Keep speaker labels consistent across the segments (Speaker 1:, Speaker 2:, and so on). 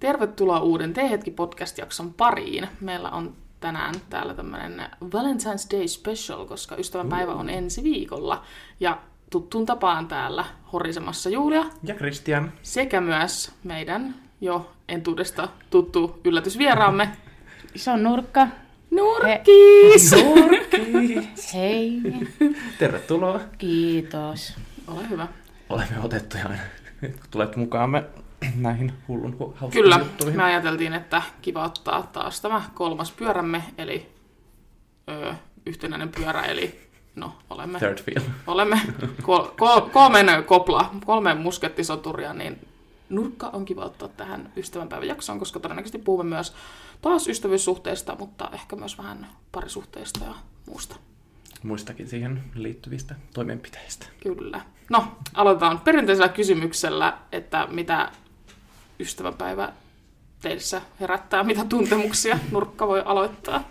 Speaker 1: Tervetuloa uuden T-hetki podcast-jakson pariin. Meillä on tänään täällä tämmöinen Valentine's Day special, koska ystävänpäivä on ensi viikolla. Ja tuttuun tapaan täällä horisemassa Julia
Speaker 2: Ja Christian.
Speaker 1: sekä myös meidän jo entuudesta tuttu yllätysvieraamme
Speaker 3: Se on nurkka.
Speaker 1: Nurkis!
Speaker 3: Hei,
Speaker 2: Tervetuloa.
Speaker 3: kiitos.
Speaker 1: Ole hyvä.
Speaker 2: Olemme otettuja aina, nyt kun tulet mukaamme näihin hullun hu- hauskoihin
Speaker 1: Kyllä,
Speaker 2: juttuihin.
Speaker 1: me ajateltiin, että kiva ottaa taas tämä kolmas pyörämme, eli öö, yhtenäinen pyörä, eli no, olemme
Speaker 2: Third wheel.
Speaker 1: Olemme kol- kol- kolmen kopla, kolme muskettisoturia, niin nurkka on kiva ottaa tähän ystävänpäivän jaksoon, koska todennäköisesti puhumme myös taas ystävyyssuhteista, mutta ehkä myös vähän parisuhteista ja muusta.
Speaker 2: Muistakin siihen liittyvistä toimenpiteistä.
Speaker 1: Kyllä. No, aloitetaan perinteisellä kysymyksellä, että mitä ystävänpäivä teissä herättää, mitä tuntemuksia nurkka voi aloittaa.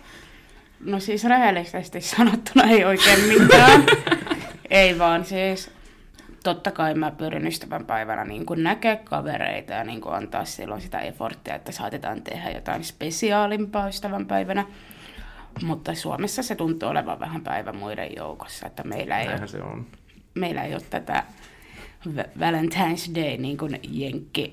Speaker 3: No siis rehellisesti sanottuna ei oikein mitään. ei vaan siis, totta kai mä pyrin ystävänpäivänä niin kuin näkee kavereita ja niin kuin antaa silloin sitä eforttia, että saatetaan tehdä jotain spesiaalimpaa ystävänpäivänä. Mutta Suomessa se tuntuu olevan vähän päivä muiden joukossa, että meillä ei ole
Speaker 2: Näinhän se on.
Speaker 3: meillä ei ole tätä Va- Valentine's Day niin kuin jenkki.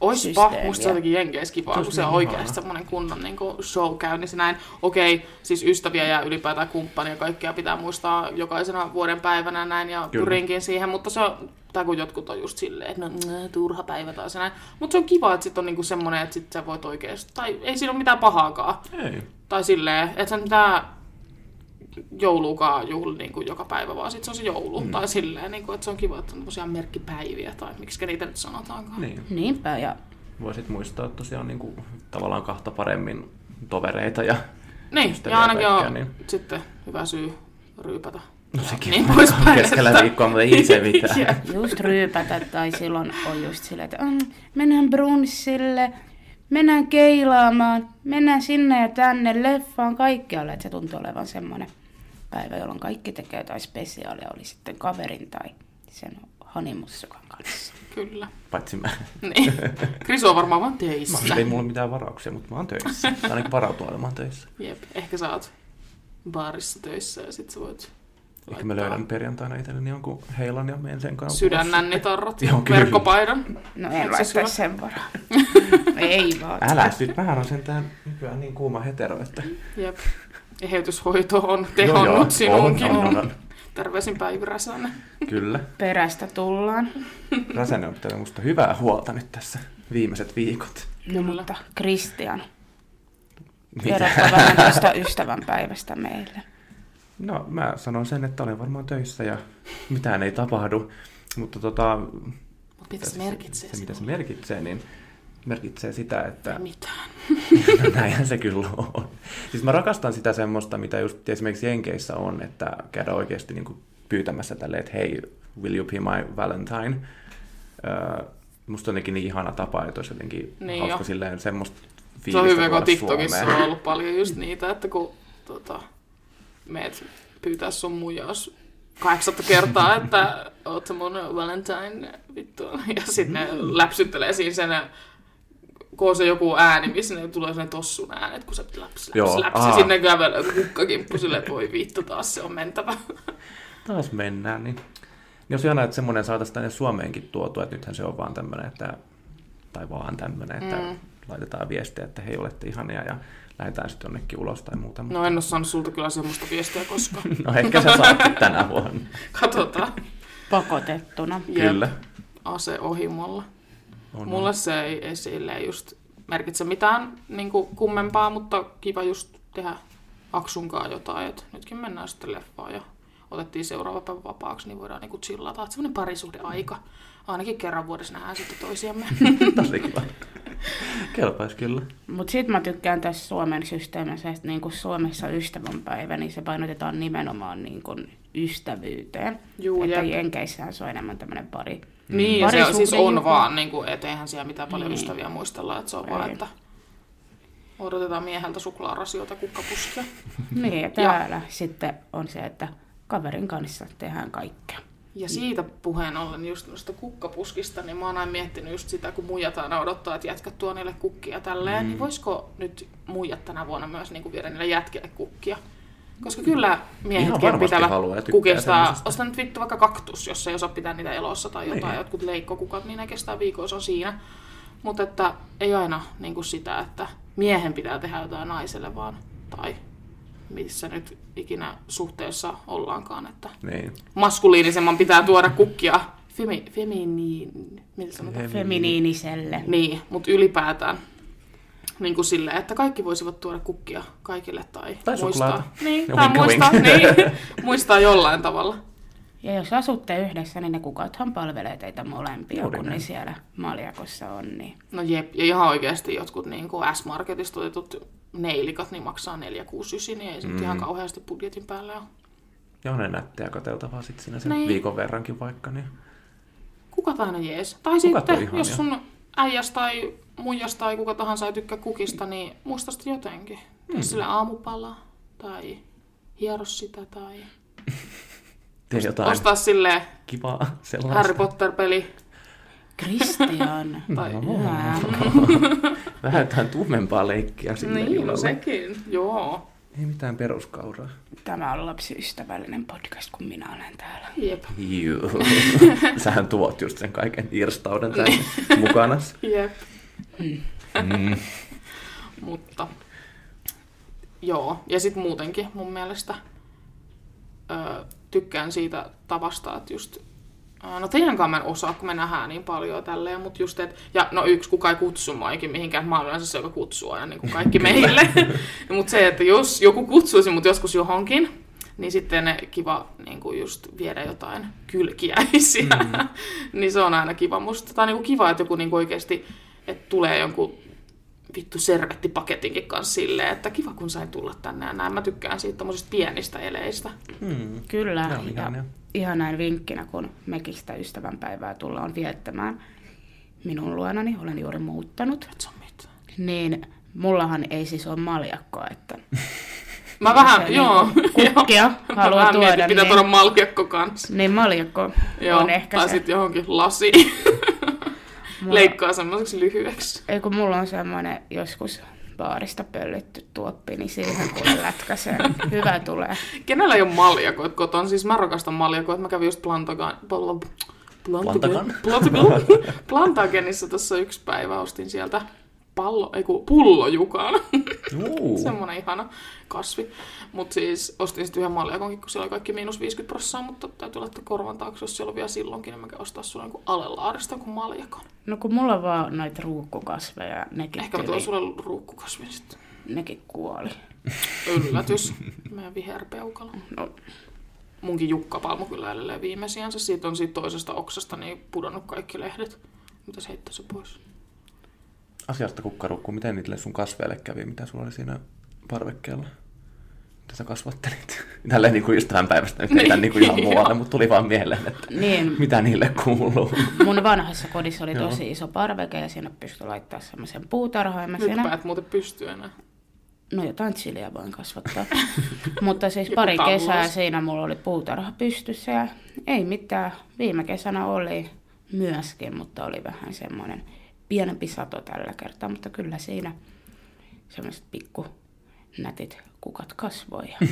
Speaker 1: Oispa,
Speaker 3: systeemiä.
Speaker 1: musta se jotenkin jenkeissä kivaa, kun se on oikeasti semmoinen kunnon niin kuin show käynnissä näin. Okei, siis ystäviä ja ylipäätään kumppania kaikkea pitää muistaa jokaisena vuoden päivänä näin ja
Speaker 2: Kyllä.
Speaker 1: pyrinkin siihen, mutta se on, tai kun jotkut on just silleen, että no, mm, turha päivä taas ja näin. Mutta se on kiva, että sit on niinku semmoinen, että sit sä voit oikeasti, tai ei siinä ole mitään pahaakaan.
Speaker 2: Ei.
Speaker 1: Tai silleen, että sen pitää joulukaan juhli niin kuin joka päivä, vaan sit se on se joulu. Mm. Tai silleen, niin kuin, että se on kiva, että on tosiaan merkkipäiviä, tai miksi niitä nyt sanotaankaan.
Speaker 2: Niin.
Speaker 3: Niinpä, ja
Speaker 2: Voisit muistaa tosiaan niin kuin, tavallaan kahta paremmin tovereita ja
Speaker 1: Niin,
Speaker 2: ystäviä
Speaker 1: ja ainakin
Speaker 2: kaikkea,
Speaker 1: on
Speaker 2: niin-
Speaker 1: niin. sitten hyvä syy ryypätä.
Speaker 2: No sekin
Speaker 1: Niin
Speaker 2: on
Speaker 1: poispäin,
Speaker 2: keskellä
Speaker 1: että-
Speaker 2: viikkoa, mutta ei se mitään.
Speaker 1: Jep.
Speaker 3: just ryypätä tai silloin on just silleen, että mm, mennään brunssille, mennään keilaamaan, mennään sinne ja tänne, leffaan, kaikkialle. Että se tuntuu olevan semmoinen päivä, jolloin kaikki tekee jotain spesiaalia, oli sitten kaverin tai sen hanimussukan kanssa.
Speaker 1: Kyllä.
Speaker 2: Paitsi mä.
Speaker 1: Niin. Krisu on varmaan vaan
Speaker 2: mä
Speaker 1: töissä.
Speaker 2: ei mulla ole mitään varauksia, mutta mä oon töissä. Tai ainakin varautunut olemaan töissä.
Speaker 1: Jep. Ehkä sä oot baarissa töissä ja sit sä voit
Speaker 2: Ehkä mä löydän perjantaina itselleni jonkun heilan ja menen sen kanssa.
Speaker 1: sydännännitarrat ja
Speaker 2: Joo, kyllä.
Speaker 1: verkkopaidan.
Speaker 3: No
Speaker 1: Onks
Speaker 3: en
Speaker 1: se
Speaker 3: laittaa
Speaker 1: sulla?
Speaker 3: sen varaan. Ei vaan.
Speaker 2: Älä, nyt mähän on sentään nykyään niin kuuma hetero, että...
Speaker 1: Jep. Eheytyshoito on tehonnut joo, joo. sinunkin.
Speaker 2: On, on,
Speaker 1: On,
Speaker 2: on.
Speaker 1: Terveisin Päivi Räsänen.
Speaker 2: Kyllä.
Speaker 3: Perästä tullaan.
Speaker 2: Räsänen on pitänyt musta hyvää huolta nyt tässä viimeiset viikot.
Speaker 3: No mutta Kristian, kerropa
Speaker 2: Mitä?
Speaker 3: vähän tästä ystävänpäivästä meille.
Speaker 2: No mä sanon sen, että olen varmaan töissä ja mitään ei tapahdu. Mutta tota,
Speaker 1: Mut mitä se
Speaker 2: se-
Speaker 1: merkitsee?
Speaker 2: se, mitä se
Speaker 1: sinulle?
Speaker 2: merkitsee, niin merkitsee sitä, että
Speaker 1: Ei mitään.
Speaker 2: No näinhän se kyllä on. Siis mä rakastan sitä semmoista, mitä just esimerkiksi Jenkeissä on, että käydä oikeasti niinku pyytämässä tälleen, että hei, will you be my Valentine? Öö, musta on jotenkin niin ihana tapa, että olisi jotenkin
Speaker 1: Niin
Speaker 2: niin hauska
Speaker 1: jo.
Speaker 2: jo. silleen semmoista
Speaker 1: Se on
Speaker 2: fiilistä
Speaker 1: hyvä, kun
Speaker 2: tuoda
Speaker 1: TikTokissa
Speaker 2: Suomeen.
Speaker 1: on ollut paljon just niitä, että kun tota, meet pyytää sun mujaus 800 kertaa, että oot mun Valentine vittu. Ja sitten ne läpsyttelee siinä sen, kun on se joku ääni, missä ne tulee sen tossun äänet, kun se läps, läps,
Speaker 2: Joo,
Speaker 1: läps. Ja
Speaker 2: aa.
Speaker 1: sitten ne kävelee kukkakimppu silleen, että voi vittu, taas se on mentävä.
Speaker 2: Taas mennään, niin... niin jos ihana, että semmoinen saataisiin tänne Suomeenkin tuotua, että nythän se on vaan tämmöinen, että... Tai vaan tämmöinen, että
Speaker 1: Mm.
Speaker 2: mm. laitetaan viestejä, että hei, olette ihania ja lähdetään sitten jonnekin ulos tai muuta.
Speaker 1: No en ole saanut sulta kyllä semmoista viestiä koskaan.
Speaker 2: No ehkä sä saat tänä vuonna.
Speaker 1: Katsotaan.
Speaker 3: Pakotettuna.
Speaker 1: Jep.
Speaker 2: Kyllä.
Speaker 1: Ase ohimolla.
Speaker 2: On,
Speaker 1: Mulle se ei, ei silleen just merkitse mitään niin kummempaa, mutta kiva just tehdä Aksunkaan jotain, että nytkin mennään sitten leffaan ja otettiin seuraava päivä vapaaksi, niin voidaan niinku chillata. Että semmoinen parisuhdeaika. Ainakin kerran vuodessa nähdään sitten toisiamme.
Speaker 2: on. Tosi kiva. Kelpaisi kyllä.
Speaker 3: Mutta sitten mä tykkään tässä Suomen systeemissä, että niinku Suomessa ystävänpäivä, niin se painotetaan nimenomaan niinku ystävyyteen.
Speaker 1: Juu,
Speaker 3: että
Speaker 1: jep.
Speaker 3: Jenkeissähän se on enemmän tämmöinen pari.
Speaker 1: niin, ja se on, siis on
Speaker 3: Parisuhdejuhla.
Speaker 1: vaan, niin kuin, et eihän siellä mitään paljon
Speaker 3: Niin.
Speaker 1: ystäviä muistella, että se on
Speaker 3: Ei.
Speaker 1: vaan, että odotetaan mieheltä suklaarasioita kukkapuskia.
Speaker 3: Niin, ja täällä sitten on se, että kaverin kanssa tehdään kaikkea.
Speaker 1: Ja siitä puheen ollen just noista kukkapuskista, niin mä oon aina miettinyt just sitä, kun muijat aina odottaa, että jätkät tuo niille kukkia tälleen, mm. niin voisiko nyt muijat tänä vuonna myös niin kuin viedä niille jätkille kukkia? Koska kyllä
Speaker 2: Ihan
Speaker 1: miehetkin
Speaker 2: varmasti
Speaker 1: pitävät
Speaker 2: haluaa ja tykkää
Speaker 1: kukista.
Speaker 2: semmoisesta.
Speaker 1: Osta nyt vittu vaikka kaktus, jos ei osaa pitää niitä elossa tai jotain,
Speaker 2: Niin.
Speaker 1: jotkut leikkokukat, niin ne kestää viikon, se on siinä. Mutta että ei aina niin kuin sitä, että miehen pitää tehdä jotain naiselle vaan, tai missä nyt ikinä suhteessa ollaankaan, että
Speaker 2: Niin.
Speaker 1: maskuliinisemman pitää tuoda kukkia femi, feminiin, mitä sanotaan?
Speaker 3: Feminiiniselle.
Speaker 1: Niin, mutta ylipäätään niin kuin silleen, että kaikki voisivat tuoda kukkia kaikille tai,
Speaker 2: Tai
Speaker 1: muistaa.
Speaker 2: suklaata.
Speaker 1: Niin,
Speaker 2: Ja
Speaker 1: tai
Speaker 2: wink,
Speaker 1: muistaa,
Speaker 2: wink.
Speaker 1: niin, muistaa jollain tavalla.
Speaker 3: Ja jos asutte yhdessä, niin ne kukathan palvelee teitä molempia,
Speaker 2: Juuri
Speaker 3: kun
Speaker 2: näin.
Speaker 3: ne siellä maljakossa on. Niin.
Speaker 1: No jep, ja ihan oikeasti jotkut niin kuin S-Marketista otetut neilikat niin maksaa 469, niin ei se mm. ihan kauheasti budjetin päälle ole.
Speaker 2: Ja on ne nättejä katseltavaa sitten siinä sen
Speaker 1: Niin.
Speaker 2: viikon verrankin vaikka. Niin.
Speaker 1: Kuka tahansa jees. Tai
Speaker 2: Kukat on
Speaker 1: sitten,
Speaker 2: ihania.
Speaker 1: jos sun äijäs tai muijas tai kuka tahansa ei tykkää kukista, niin muista sitä jotenkin.
Speaker 2: Hmm.
Speaker 1: Mm. Sille aamupala tai hiero sitä tai
Speaker 2: Tee jotain
Speaker 1: ostaa sille
Speaker 2: kivaa sellaista.
Speaker 1: Harry Potter-peli.
Speaker 3: Christian.
Speaker 1: Tai...
Speaker 3: Hyvä.
Speaker 2: No, Vähän jotain tummempaa leikkiä sinne
Speaker 1: Niin, no
Speaker 2: illalle.
Speaker 1: sekin. Joo.
Speaker 2: Ei mitään peruskauraa.
Speaker 3: Tämä on lapsiystävällinen podcast, kun minä olen täällä.
Speaker 1: Jep.
Speaker 2: Juu. Sähän tuot just sen kaiken irstauden tänne
Speaker 1: Niin.
Speaker 2: mukana.
Speaker 1: Jep.
Speaker 2: Mm.
Speaker 1: Mutta joo, ja sitten muutenkin mun mielestä ö, tykkään siitä tavasta, että just ö, No teidänkaan mä en osaa, kun me nähdään niin paljon tälleen, mutta just et, ja no yksi, kuka ei kutsu mua eikä mihinkään, että mä oon yleensä se, joka kutsuu aina niin kuin kaikki meille. mutta se, että jos joku kutsuisi mut joskus johonkin, niin sitten kiva niin kuin just viedä jotain kylkiäisiä. Mm. niin se on aina kiva musta. Tai niin kuin kiva, että joku niin kuin oikeasti, että tulee jonkun vittu servettipaketinkin kanssa silleen, että kiva kun sain tulla tänne ja näin. Mä tykkään siitä tommosista pienistä eleistä.
Speaker 2: Mm.
Speaker 3: Kyllä.
Speaker 2: Ne on ihania.
Speaker 3: ja ihan näin vinkkinä, kun mekin sitä ystävänpäivää tullaan viettämään minun luonani, olen juuri muuttanut,
Speaker 1: Et se on mitään.
Speaker 3: niin mullahan ei siis ole maljakkoa, että
Speaker 1: Mä vähän,
Speaker 3: Se, niin,
Speaker 1: joo.
Speaker 3: kukkia
Speaker 1: Joo. Mä
Speaker 3: haluaa
Speaker 1: vähän
Speaker 3: tuoda,
Speaker 1: mietin, pitää
Speaker 3: niin-
Speaker 1: tuoda malkiakko kanssa.
Speaker 3: niin maljakko
Speaker 1: Joo,
Speaker 3: on ehkä
Speaker 1: tai
Speaker 3: se.
Speaker 1: sitten johonkin lasi.
Speaker 3: Mulla-
Speaker 1: Leikkaa semmoiseksi lyhyeksi.
Speaker 3: Ei kun mulla on semmoinen joskus baarista pöllitty tuoppi, niin siihen kun lätkäseen. Hyvä tulee.
Speaker 1: Kenellä ei ole maljakoit koton? Siis mä rakastan maljakoit. Mä kävin just Plantagan... Pl- Plantagan?
Speaker 2: Plantagan?
Speaker 1: Plantagan. Plantagenissa tuossa yksi päivä ostin sieltä pallo, ei kun pullojukan.
Speaker 2: Juu.
Speaker 1: Semmoinen ihana kasvi. Mutta siis ostin sitten yhden maljakonkin, kun siellä oli kaikki miinus 50 prosenttia, mutta täytyy laittaa korvan taakse, jos siellä on vielä silloinkin, niin mä käyn ostaa sulle jonkun alelaarista kuin maljakon.
Speaker 3: No kun mulla on vaan noita ruukkukasveja, nekin,
Speaker 1: Ehkä mä
Speaker 3: tyli,
Speaker 1: tuon sulle ruukkukasvin sitten.
Speaker 3: nekin kuoli.
Speaker 1: Yllätys. Meidän viherpeukalo.
Speaker 3: No,
Speaker 1: Munkin jukkapalmu kyllä edelleen viimeisiänsä. Siitä on siitä toisesta oksasta niin pudonnut kaikki lehdet. Mitä se heittää se pois?
Speaker 2: Asiasta kukkarukku, miten niille sun kasveille kävi, mitä sulla oli siinä parvekkeella? Mitä sä kasvattelit? Tälleen niin kuin just tämän päivästä, nyt ei
Speaker 1: Niin,
Speaker 2: tämän niin kuin ihan
Speaker 1: joo.
Speaker 2: muualle, mutta tuli vaan mieleen, että
Speaker 3: niin,
Speaker 2: mitä niille kuuluu.
Speaker 3: Mun vanhassa kodissa oli
Speaker 2: Joo.
Speaker 3: tosi iso parveke ja siinä pystyi laittaa semmoisen puutarhaan. Ja mä
Speaker 1: Nyt
Speaker 3: siinä,
Speaker 1: päät muuten pystyy enää.
Speaker 3: no jotain chiliä voin kasvattaa. Mutta siis
Speaker 1: Joku
Speaker 3: pari
Speaker 1: tammos.
Speaker 3: kesää siinä mulla oli puutarha pystyssä ja ei mitään. Viime kesänä oli myöskin, mutta oli vähän semmoinen pienempi sato tällä kertaa. Mutta kyllä siinä semmoiset pikku nätit kukat kasvoi. Ja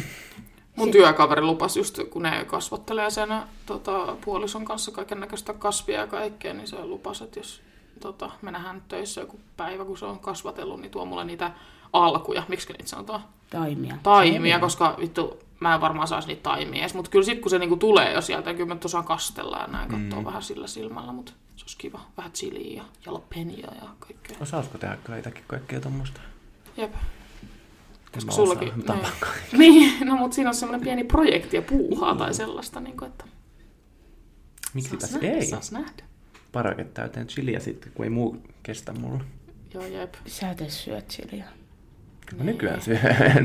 Speaker 1: Mun työkaveri lupasi just, kun ne kasvattelee sen tota, puolison kanssa kaiken näköistä kasvia ja kaikkea, niin se lupasi, että jos tota, me nähdään nyt töissä joku päivä, kun se on kasvatellut, niin tuo mulle niitä alkuja, miksi niitä sanotaan,
Speaker 3: taimia.
Speaker 1: taimia, koska vittu, mä en varmaan saisi niitä taimia edes, mutta kyllä sit kun se niinku tulee jo sieltä, niin kyllä mä osaan kastella ja näin, katsoa
Speaker 2: Mm.
Speaker 1: vähän sillä silmällä, mutta se olisi kiva. Vähän chiliä ja jalapenia ja kaikkea.
Speaker 2: Osaisiko tehdä kyllä itäkin kaikkea tuommoista?
Speaker 1: Jep. Koska
Speaker 2: mä
Speaker 1: sullakin...
Speaker 2: osaan, mutta
Speaker 1: niin.
Speaker 2: antaa kaikki.
Speaker 1: Niin, no mutta siinä on semmoinen pieni projekti ja puuhaa
Speaker 2: Mm.
Speaker 1: tai sellaista, niin kuin, että
Speaker 2: Miksi
Speaker 1: saas
Speaker 2: tässä
Speaker 1: nähdä,
Speaker 2: ei?
Speaker 1: saas nähdä.
Speaker 2: Parake täyteen chiliä sitten, kun ei muu kestä mulla.
Speaker 1: Joo, jep.
Speaker 3: Sä et edes syö chiliä.
Speaker 2: Kyllä mä nykyään syön.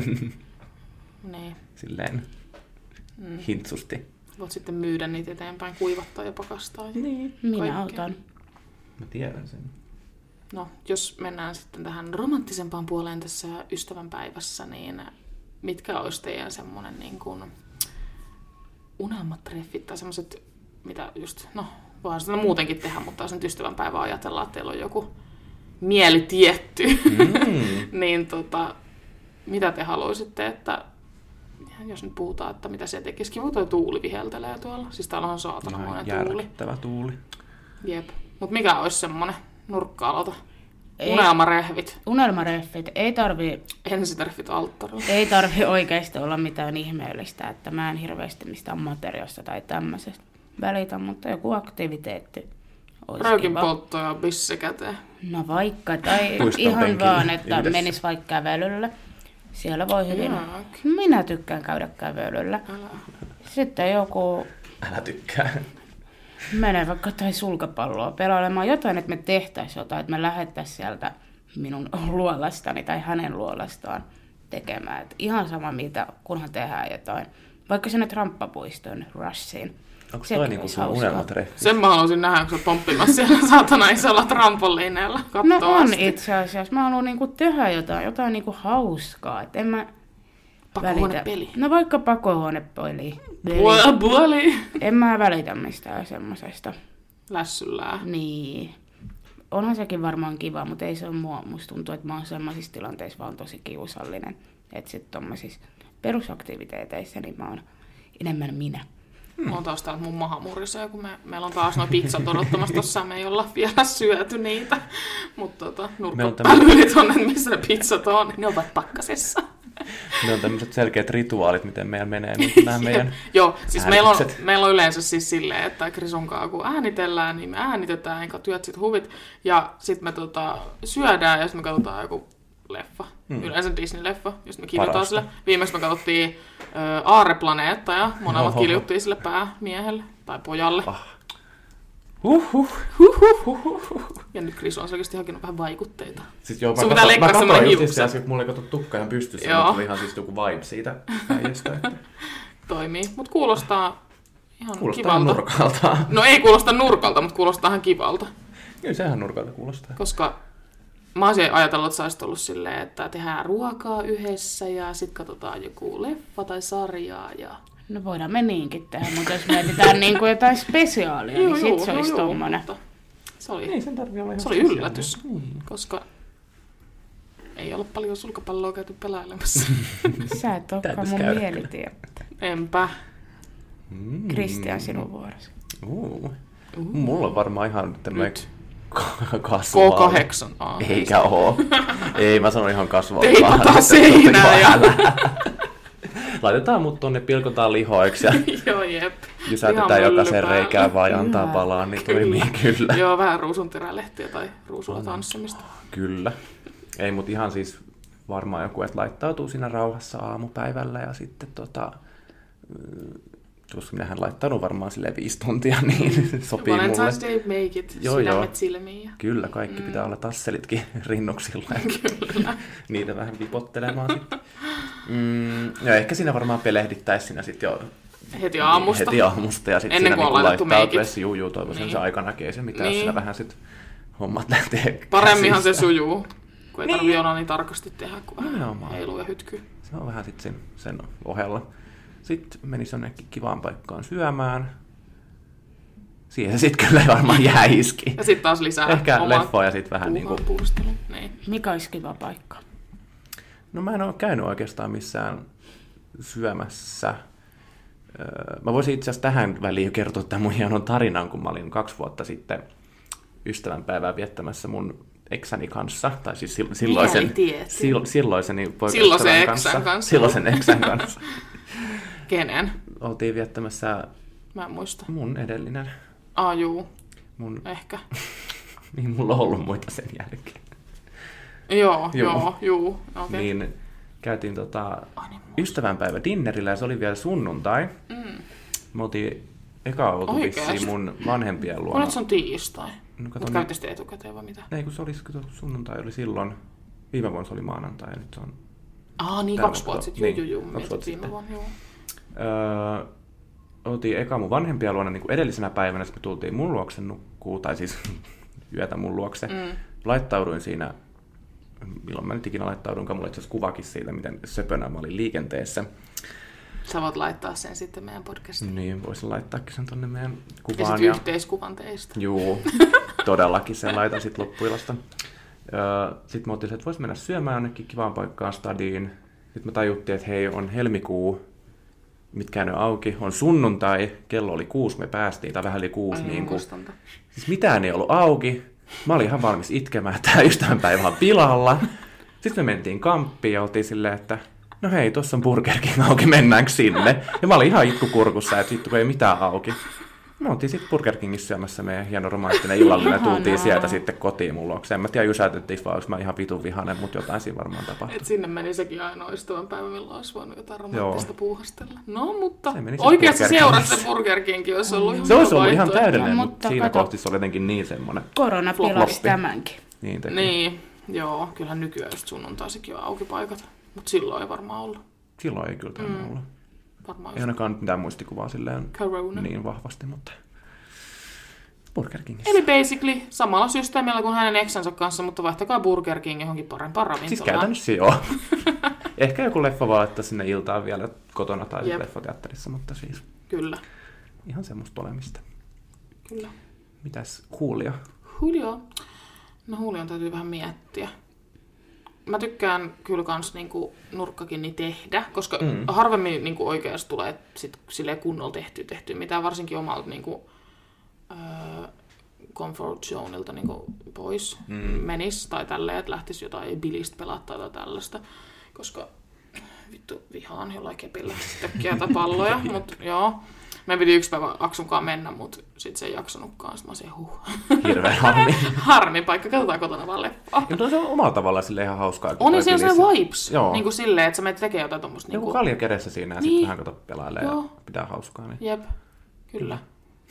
Speaker 1: Niin. Mm.
Speaker 2: Silleen hintsusti.
Speaker 1: Voit sitten myydä niitä eteenpäin, kuivattaa ja pakastaa. Ja...
Speaker 2: Niin.
Speaker 3: Minä
Speaker 1: Kaikkea.
Speaker 3: autan.
Speaker 2: Mä tiedän sen.
Speaker 1: No, jos mennään sitten tähän romanttisempaan puoleen tässä ystävänpäivässä, niin mitkä olisi teidän semmoinen niin kuin unelmatreffit tai semmoiset mitä just, no voihan sitä muutenkin tehdä, mutta jos nyt ystävänpäivää ajatellaan, että teillä on joku mieli tietty,
Speaker 2: Mm.
Speaker 1: niin tota, mitä te haluaisitte, että jos nyt puhutaan, että mitä se tekisi. Kiva toi tuuli viheltelee tuolla. Siis täällä on saatana
Speaker 2: Ihan
Speaker 1: monen tuuli.
Speaker 2: järkyttävä tuuli.
Speaker 1: Jep. Mut mikä olisi semmonen nurkka-alota?
Speaker 3: Ei.
Speaker 1: Unelmarehvit.
Speaker 3: Unelmareffit, ei tarvi,
Speaker 1: Ensitreffit alttarilla.
Speaker 3: ei tarvi oikeasti olla mitään ihmeellistä, että mä en hirveästi mistään materiaalista tai tämmöisestä välitä, mutta joku aktiviteetti olisi
Speaker 1: Röökin
Speaker 3: kiva.
Speaker 1: poltto ja bisse käteen.
Speaker 3: No vaikka, tai
Speaker 2: Puiston
Speaker 3: ihan
Speaker 2: penkillä
Speaker 3: vaan, että
Speaker 2: yhdessä.
Speaker 3: menis vaikka kävelylle. Siellä voi hyvin.
Speaker 1: Jaa,
Speaker 3: Minä tykkään käydä kävelyllä.
Speaker 1: Älä.
Speaker 3: Sitten joku
Speaker 2: Älä tykkää.
Speaker 3: menee vaikka tai sulkapalloa pelailemaan jotain, että me tehtäisiin jotain, että me lähettäisiin sieltä minun luolastani tai hänen luolastaan tekemään. Et ihan sama mitä, kunhan tehdään jotain. Vaikka sinne ramppapuistoon, Russiin.
Speaker 2: Onko toi
Speaker 3: Sekin
Speaker 2: niinku
Speaker 3: olisi
Speaker 2: sun
Speaker 3: hauskaa.
Speaker 2: unelmatreffi?
Speaker 1: Sen mä haluaisin nähdä, kun sä pomppimassa siellä saatana isolla trampoliineella.
Speaker 3: No
Speaker 1: Kattoo
Speaker 3: on
Speaker 1: asti.
Speaker 3: itse asiassa. Mä haluan niinku tehdä jotain, jotain niinku hauskaa. Et en mä välitä.
Speaker 1: Pakohuonepeli.
Speaker 3: No vaikka pakohuonepeli.
Speaker 1: Puoli. Puoli.
Speaker 3: En mä välitä mistään semmosesta.
Speaker 1: Lässyllää.
Speaker 3: Niin. Onhan sekin varmaan kiva, mutta ei se ole mua. Musta tuntuu, että mä oon sellaisissa tilanteissa vaan tosi kiusallinen. Että sitten tommosissa perusaktiviteeteissa, niin mä oon enemmän minä.
Speaker 1: Hmm. On taas täällä mun maha murisee, kun me, meillä on taas noin pizzat odottamassa tossa, me ei olla vielä syöty niitä. Mutta tota,
Speaker 2: Me on
Speaker 1: nurkkapälyylit on, että missä ne pizzat on. niin Ne ovat pakkasessa.
Speaker 2: Ne on tämmöiset selkeät rituaalit, miten meillä menee niin nämä meidän...
Speaker 1: Joo, siis meillä on,
Speaker 2: Äänitykset.
Speaker 1: meillä on yleensä siis silleen, että Krisunkaan kun äänitellään, niin me äänitetään, enkä työt sit huvit. Ja sitten me tota, syödään ja sitten me katsotaan joku leffa. Mm. Yleensä Disney-leffa, jos me kiljutaan
Speaker 2: Hmm. Parasta.
Speaker 1: sille. Viimeksi me katsottiin ö, Aareplaneetta ja molemmat
Speaker 2: Oho.
Speaker 1: kiljuttiin sille päämiehelle tai pojalle.
Speaker 2: Ah. Huhhuh.
Speaker 1: Ja nyt Krisu on selkeästi hakenut vähän vaikutteita.
Speaker 2: Siis joo, mä
Speaker 1: Sun pitää
Speaker 2: katsoin,
Speaker 1: leikkaa
Speaker 2: mä katsoin
Speaker 1: semmonen
Speaker 2: just
Speaker 1: hiukset.
Speaker 2: itse asiassa, kun mulla ei kato tukka ihan pystyssä,
Speaker 1: Joo.
Speaker 2: mutta tuli ihan siis joku vibe siitä äijästä. että
Speaker 1: Toimii, mutta kuulostaa ihan
Speaker 2: Kuulostaa
Speaker 1: kivalta.
Speaker 2: nurkalta.
Speaker 1: No ei kuulosta nurkalta, mutta kuulostaa ihan kivalta.
Speaker 2: Kyllä sehän nurkalta kuulostaa.
Speaker 1: Koska mä olisin ajatellut, että sä olisit ollut silleen, että tehdään ruokaa yhdessä ja sitten katsotaan joku leffa tai sarjaa. Ja...
Speaker 3: No voidaan me niinkin tehdä, mutta jos mietitään niin kuin jotain spesiaalia, niin sit se olisi tommonen.
Speaker 1: mutta Se oli,
Speaker 2: sen tarvii olla ihan
Speaker 1: se oli
Speaker 2: spesiaali. Niin.
Speaker 1: yllätys, koska ei ole paljon sulkapalloa käyty pelailemassa.
Speaker 3: Sä et olekaan
Speaker 2: Täytyis
Speaker 3: mun
Speaker 2: käydä
Speaker 3: mielitie.
Speaker 1: Enpä.
Speaker 2: Mm.
Speaker 3: Kristian, sinun vuorosi.
Speaker 2: Uu. Mulla on varmaan ihan tämmöinen
Speaker 1: Nyt.
Speaker 2: kasvaali.
Speaker 1: K8. Ah,
Speaker 2: Eikä oo. Ei, mä sanon ihan kasvaali.
Speaker 1: Teipataan seinää ja...
Speaker 2: Laitetaan mut tonne, pilkotaan lihoiksi ja
Speaker 1: Joo, jep.
Speaker 2: jysätetään
Speaker 1: Ihan
Speaker 2: jokaisen
Speaker 1: myllypäällä.
Speaker 2: reikään vaan ja antaa
Speaker 3: Hyvä.
Speaker 2: palaa, niin toimii kyllä.
Speaker 1: Joo, vähän ruusunterälehtiä tai ruusulla tanssimista.
Speaker 2: Kyllä. Ei, mutta ihan siis varmaan joku, että laittautuu siinä rauhassa aamupäivällä ja sitten tota, mm, koska minähän laittanut varmaan sille viisi tuntia,
Speaker 1: Mm.
Speaker 2: niin sopii mulle.
Speaker 1: Valentine's Day make it, joo,
Speaker 2: Joo,
Speaker 1: sydämet
Speaker 2: joo.
Speaker 1: joo. silmiin. Ja...
Speaker 2: Kyllä,
Speaker 1: Mm.
Speaker 2: kaikki pitää olla tasselitkin rinnuksilla. Kyllä. Niitä vähän vipottelemaan sitten. Mm, ja ehkä siinä varmaan pelehdittäisiin siinä sitten jo
Speaker 1: Heti aamusta.
Speaker 2: Heti aamusta ja sitten
Speaker 1: Ennen
Speaker 2: siinä
Speaker 1: kuin on
Speaker 2: niinku
Speaker 1: laitettu
Speaker 2: laittaa
Speaker 1: meikit.
Speaker 2: dressi juu, juu, toivoisin niin.
Speaker 1: Niin.
Speaker 2: se aikana ei se mitään, niin. jos
Speaker 1: Niin.
Speaker 2: siinä vähän sitten hommat lähtee
Speaker 1: Paremminhan se
Speaker 2: käsistä.
Speaker 1: sujuu, kun ei niin. tarvitse olla niin tarkasti tehdä, kun vähän
Speaker 2: Nimenomaan.
Speaker 1: heiluu ja hytkyy.
Speaker 2: Se on vähän sitten sen, sen ohella. Sitten menisi jonnekin kivaan paikkaan syömään. Siihen se sitten kyllä varmaan jää iski.
Speaker 1: Ja sitten taas lisää
Speaker 2: Ehkä
Speaker 1: omaa
Speaker 2: leffoa ja sitten vähän
Speaker 1: puuhaa
Speaker 2: niin kuin...
Speaker 1: puuhastelua. Niin.
Speaker 3: Mikä olisi kiva paikka?
Speaker 2: No mä en ole käynyt oikeastaan missään syömässä. Öö, Mä voisin itse asiassa tähän väliin jo kertoa tämän mun hienon tarinan, kun mä olin kaksi vuotta sitten ystävänpäivää viettämässä mun eksäni kanssa, tai siis sil- silloisen,
Speaker 1: ei tiedä.
Speaker 2: sil- silloiseni poikaystävän
Speaker 1: Silloisen eksän kanssa.
Speaker 2: Silloisen eksän kanssa.
Speaker 1: Kenen?
Speaker 2: Oltiin viettämässä
Speaker 1: Mä en muista.
Speaker 2: mun edellinen,
Speaker 1: Aa, juu.
Speaker 2: mun,
Speaker 1: Ehkä.
Speaker 2: niin mulla on ollut muita sen jälkeen.
Speaker 1: Joo,
Speaker 2: Juu.
Speaker 1: joo, joo juu. Okay. Niin.
Speaker 2: Niin käytiin tota,
Speaker 1: Ah, niin.
Speaker 2: ystävänpäivä dinnerillä ja se oli vielä sunnuntai.
Speaker 1: Mm.
Speaker 2: Me oltiin eka oltu
Speaker 1: Oikeesti?
Speaker 2: vissiin mun vanhempien luona.
Speaker 1: Olet se on tiistai.
Speaker 2: No
Speaker 1: Mutta
Speaker 2: kato, nyt,
Speaker 1: käytte sitten etukäteen vai mitä?
Speaker 2: ei kun se oli, kato, sunnuntai oli silloin. Viime vuonna se oli maanantai ja nyt se on.
Speaker 1: Aa, niin
Speaker 2: Tää
Speaker 1: kaksi vuotta
Speaker 2: on-
Speaker 1: sitten. Juu,
Speaker 2: niin,
Speaker 1: juu, juu.
Speaker 2: kaksi
Speaker 1: Mietit
Speaker 2: vuotta
Speaker 1: viime
Speaker 2: sitten.
Speaker 1: vuonna, joo.
Speaker 2: Öö, oltiin eka mun vanhempien luona niin kuin edellisenä päivänä, sitten me tultiin mun luokse nukkuu, tai siis yötä mun luokse. Mm.
Speaker 1: Mm.
Speaker 2: Laittauduin siinä, milloin mä nyt ikinä laittaudunkaan, mulla itse asiassa kuvakin siitä, miten söpönä mä olin liikenteessä.
Speaker 1: Sä voit laittaa sen sitten meidän podcastiin.
Speaker 2: Niin, voisin laittaakin sen tonne meidän
Speaker 1: Ja
Speaker 2: kuvaan.
Speaker 1: sitten yhteiskuvan teistä.
Speaker 2: Juu, todellakin sen laitan sitten loppuilasta. Sitten mä otin, että vois mennä syömään jonnekin kivaan paikkaan stadiin. Sitten me tajuttiin, että hei, on helmikuu, mitkään ei ole auki, on sunnuntai, kello oli kuusi, me päästiin, tai vähän yli kuusi, niin kuin,
Speaker 1: Kustanta.
Speaker 2: Siis mitään ei ollut auki. Mä olin ihan valmis itkemään, että tää ystävänpäivä on pilalla. Sitten me mentiin kamppiin ja oltiin silleen, että no hei, tuossa on Burger King auki, mennäänkö sinne? Ja mä olin ihan itkukurkussa, että vittu kun ei mitään auki. Me oltiin sitten Burger Kingissä syömässä meidän hieno romanttinen illallinen ja tultiin
Speaker 3: Ihanaa.
Speaker 2: sieltä sitten kotiin mun luokse. En mä tiedä, jysäytettiin vaan, onko mä ihan vitun vihanen, mutta jotain siinä varmaan tapahtui.
Speaker 1: Et sinne meni sekin ainoa ystävänpäivä, milloin olisi voinut jotain romanttista
Speaker 2: romanttista
Speaker 1: puuhastella. No, mutta
Speaker 2: Se meni se
Speaker 1: oikeasti
Speaker 2: Burger
Speaker 1: seurat
Speaker 2: Kingissa.
Speaker 1: se Burger Kingin, olisi ollut ihan
Speaker 2: Se olisi
Speaker 1: hyvä
Speaker 2: ollut ihan
Speaker 1: vaihtoehto.
Speaker 2: täydellinen,
Speaker 3: No,
Speaker 2: mutta,
Speaker 3: mutta
Speaker 2: siinä
Speaker 3: kato.
Speaker 2: kohti se oli jotenkin niin semmoinen.
Speaker 3: Korona pilasi
Speaker 2: Floppi.
Speaker 3: tämänkin.
Speaker 2: Niin teki.
Speaker 1: Niin, joo. Kyllähän nykyään just sunnuntaisikin on auki paikat. Mutta silloin ei varmaan ollut.
Speaker 2: Silloin ei kyllä tämä ollut.
Speaker 1: Varmaan
Speaker 2: Ei
Speaker 1: just
Speaker 2: ainakaan nyt mitään muistikuvaa silleen
Speaker 1: corona.
Speaker 2: niin vahvasti, mutta Burger Kingissä.
Speaker 1: Eli basically samalla systeemillä kuin hänen eksänsä kanssa, mutta vaihtakaa Burger King johonkin parempaan ravintolaan.
Speaker 2: Siis käytännössä joo. Ehkä joku leffa vaan, että sinne iltaan vielä kotona tai
Speaker 1: Jep.
Speaker 2: sitten leffateatterissa, mutta siis
Speaker 1: Kyllä,
Speaker 2: ihan semmoista olemista.
Speaker 1: kyllä.
Speaker 2: Mitäs kuulija?
Speaker 1: Julio. No Julion täytyy vähän miettiä. Mä tykkään kyllä kans niinku nurkkakinni tehdä, koska mm.
Speaker 2: Mm.
Speaker 1: harvemmin niinku oikeasti tulee sit silleen kunnolla tehtyä tehtyä, mitä varsinkin omalta niinku, öö, comfort zoneilta niinku pois mm. menis tai tälleen, että lähtisi jotain bilistä pelattaa tai tällaista, koska vittu vihaan jollain kepillä tökkiä tai palloja, mutta joo. Me piti yksi päivä Aksunkaan mennä, mutta sit se ei jaksanutkaan, sit mä olisin huh.
Speaker 2: Hirveän harmi.
Speaker 1: Harmi paikka, katsotaan kotona vaan leffaa.
Speaker 2: Ja, mutta se on omalla tavallaan sille ihan hauskaa. kun
Speaker 1: On
Speaker 2: toi
Speaker 1: se se
Speaker 2: kylissä-
Speaker 1: vibes,
Speaker 2: Joo.
Speaker 1: niin kuin silleen, että sä menet tekee jotain tuommoista. Niin
Speaker 2: Joku
Speaker 1: kuin...
Speaker 2: kalja kädessä siinä ja
Speaker 1: Niin.
Speaker 2: sitten vähän kato pelailee ja
Speaker 1: Joo.
Speaker 2: pitää hauskaa. Niin.
Speaker 1: Jep, kyllä.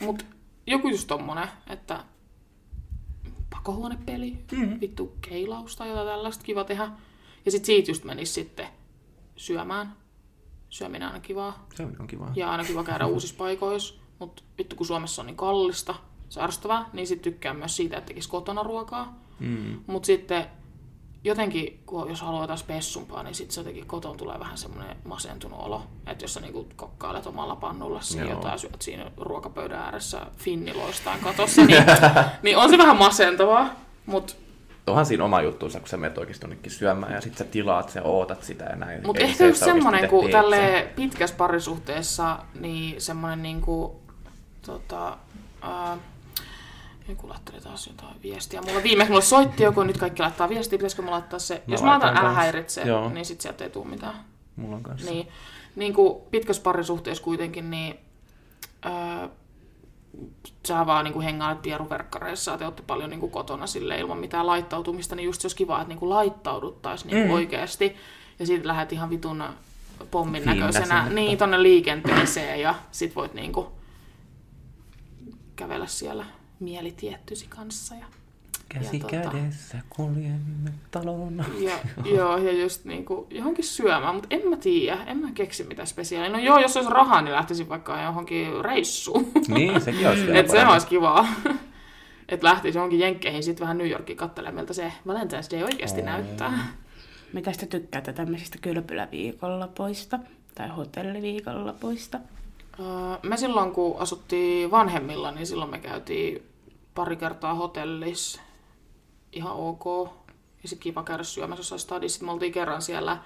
Speaker 1: Mut joku just tommonen, että pakohuonepeli, mm-hmm. vittu keilaus tai jotain tällaista kiva tehdä. Ja sit siitä just menis sitten syömään. Syöminen on aina kivaa.
Speaker 2: Se on ihan kivaa.
Speaker 1: Ja aina kiva
Speaker 2: Mm-hmm.
Speaker 1: käydä uusissa paikoissa. Mut vittu kun Suomessa on niin kallista, sairastavaa, niin sit tykkään myös siitä, että tekis kotona ruokaa.
Speaker 2: Mm.
Speaker 1: Mutta sitten jotenkin, kun jos haluaa taas pessumpaa, niin sitten se jotenkin koton tulee vähän semmoinen masentunut olo. Että jos sä niinku kokkailet omalla pannulla siinä
Speaker 2: Joo.
Speaker 1: jotain, syöt siinä ruokapöydän ääressä finniloistaan katossa, niin, niin on se vähän masentavaa. Mutta
Speaker 2: Onhan siinä oma juttuunsa, kun sä menet oikeasti jonnekin syömään ja sitten sä tilaat ja ootat sitä ja näin.
Speaker 1: mut
Speaker 2: Niin, Ei
Speaker 1: ehkä
Speaker 2: se,
Speaker 1: just
Speaker 2: että oikeasti
Speaker 1: semmoinen,
Speaker 2: itse
Speaker 1: kun
Speaker 2: teet sen.
Speaker 1: tälle pitkässä parisuhteessa, niin semmoinen niinku, tota, ää, joku laitteli taas jotain viestiä. Mulla viimeksi mulla soitti joku, nyt kaikki laittaa viestiä, pitäisikö mä laittaa se.
Speaker 2: Mä
Speaker 1: Jos mä laitan
Speaker 2: laitan
Speaker 1: älä
Speaker 2: No, kans.
Speaker 1: häiritse,
Speaker 2: Joo.
Speaker 1: niin sit sieltä ei tule mitään.
Speaker 2: Mulla on kanssa.
Speaker 1: Niin, niin kuin pitkässä parisuhteessa kuitenkin, niin öö, sä vaan niin hengailet pieruverkkareissa ja te olette paljon niin kuin kotona sille ilman mitään laittautumista, niin just se olisi kiva, että niin kuin laittauduttaisiin niin kuin oikeasti. Ja siitä lähdet ihan vitun pommin
Speaker 2: Finnä
Speaker 1: näköisenä
Speaker 2: sinne.
Speaker 1: niin tonne liikenteeseen ja sit voit niin kuin kävellä siellä mieli tiettysi kanssa. Ja,
Speaker 2: Käsi
Speaker 1: Ja tota-
Speaker 2: kädessä kuljemme talona.
Speaker 1: ja, joo, ja just niin kuin johonkin syömään, mutta en mä tiedä, en mä keksi mitään spesiaalia. No joo, jos olisi rahaa, niin lähtisin vaikka johonkin reissuun.
Speaker 2: niin, sekin olisi vielä
Speaker 1: Et se
Speaker 2: parempi.
Speaker 1: olisi kivaa. että lähtisi johonkin jenkkeihin, sitten vähän New Yorkiin katselemaan, miltä se Valentine's Day oikeasti näyttää.
Speaker 3: Mitä te tykkäätte tämmöisistä kylpyläviikonlopuista tai hotelliviikonlopuista?
Speaker 1: Öö, Me silloin, kun asuttiin vanhemmilla, niin silloin me käytiin pari kertaa hotellissa. Ihan ok. Ja sitten kiva käydä syömässä jossain stadissa. Sitten me oltiin kerran siellä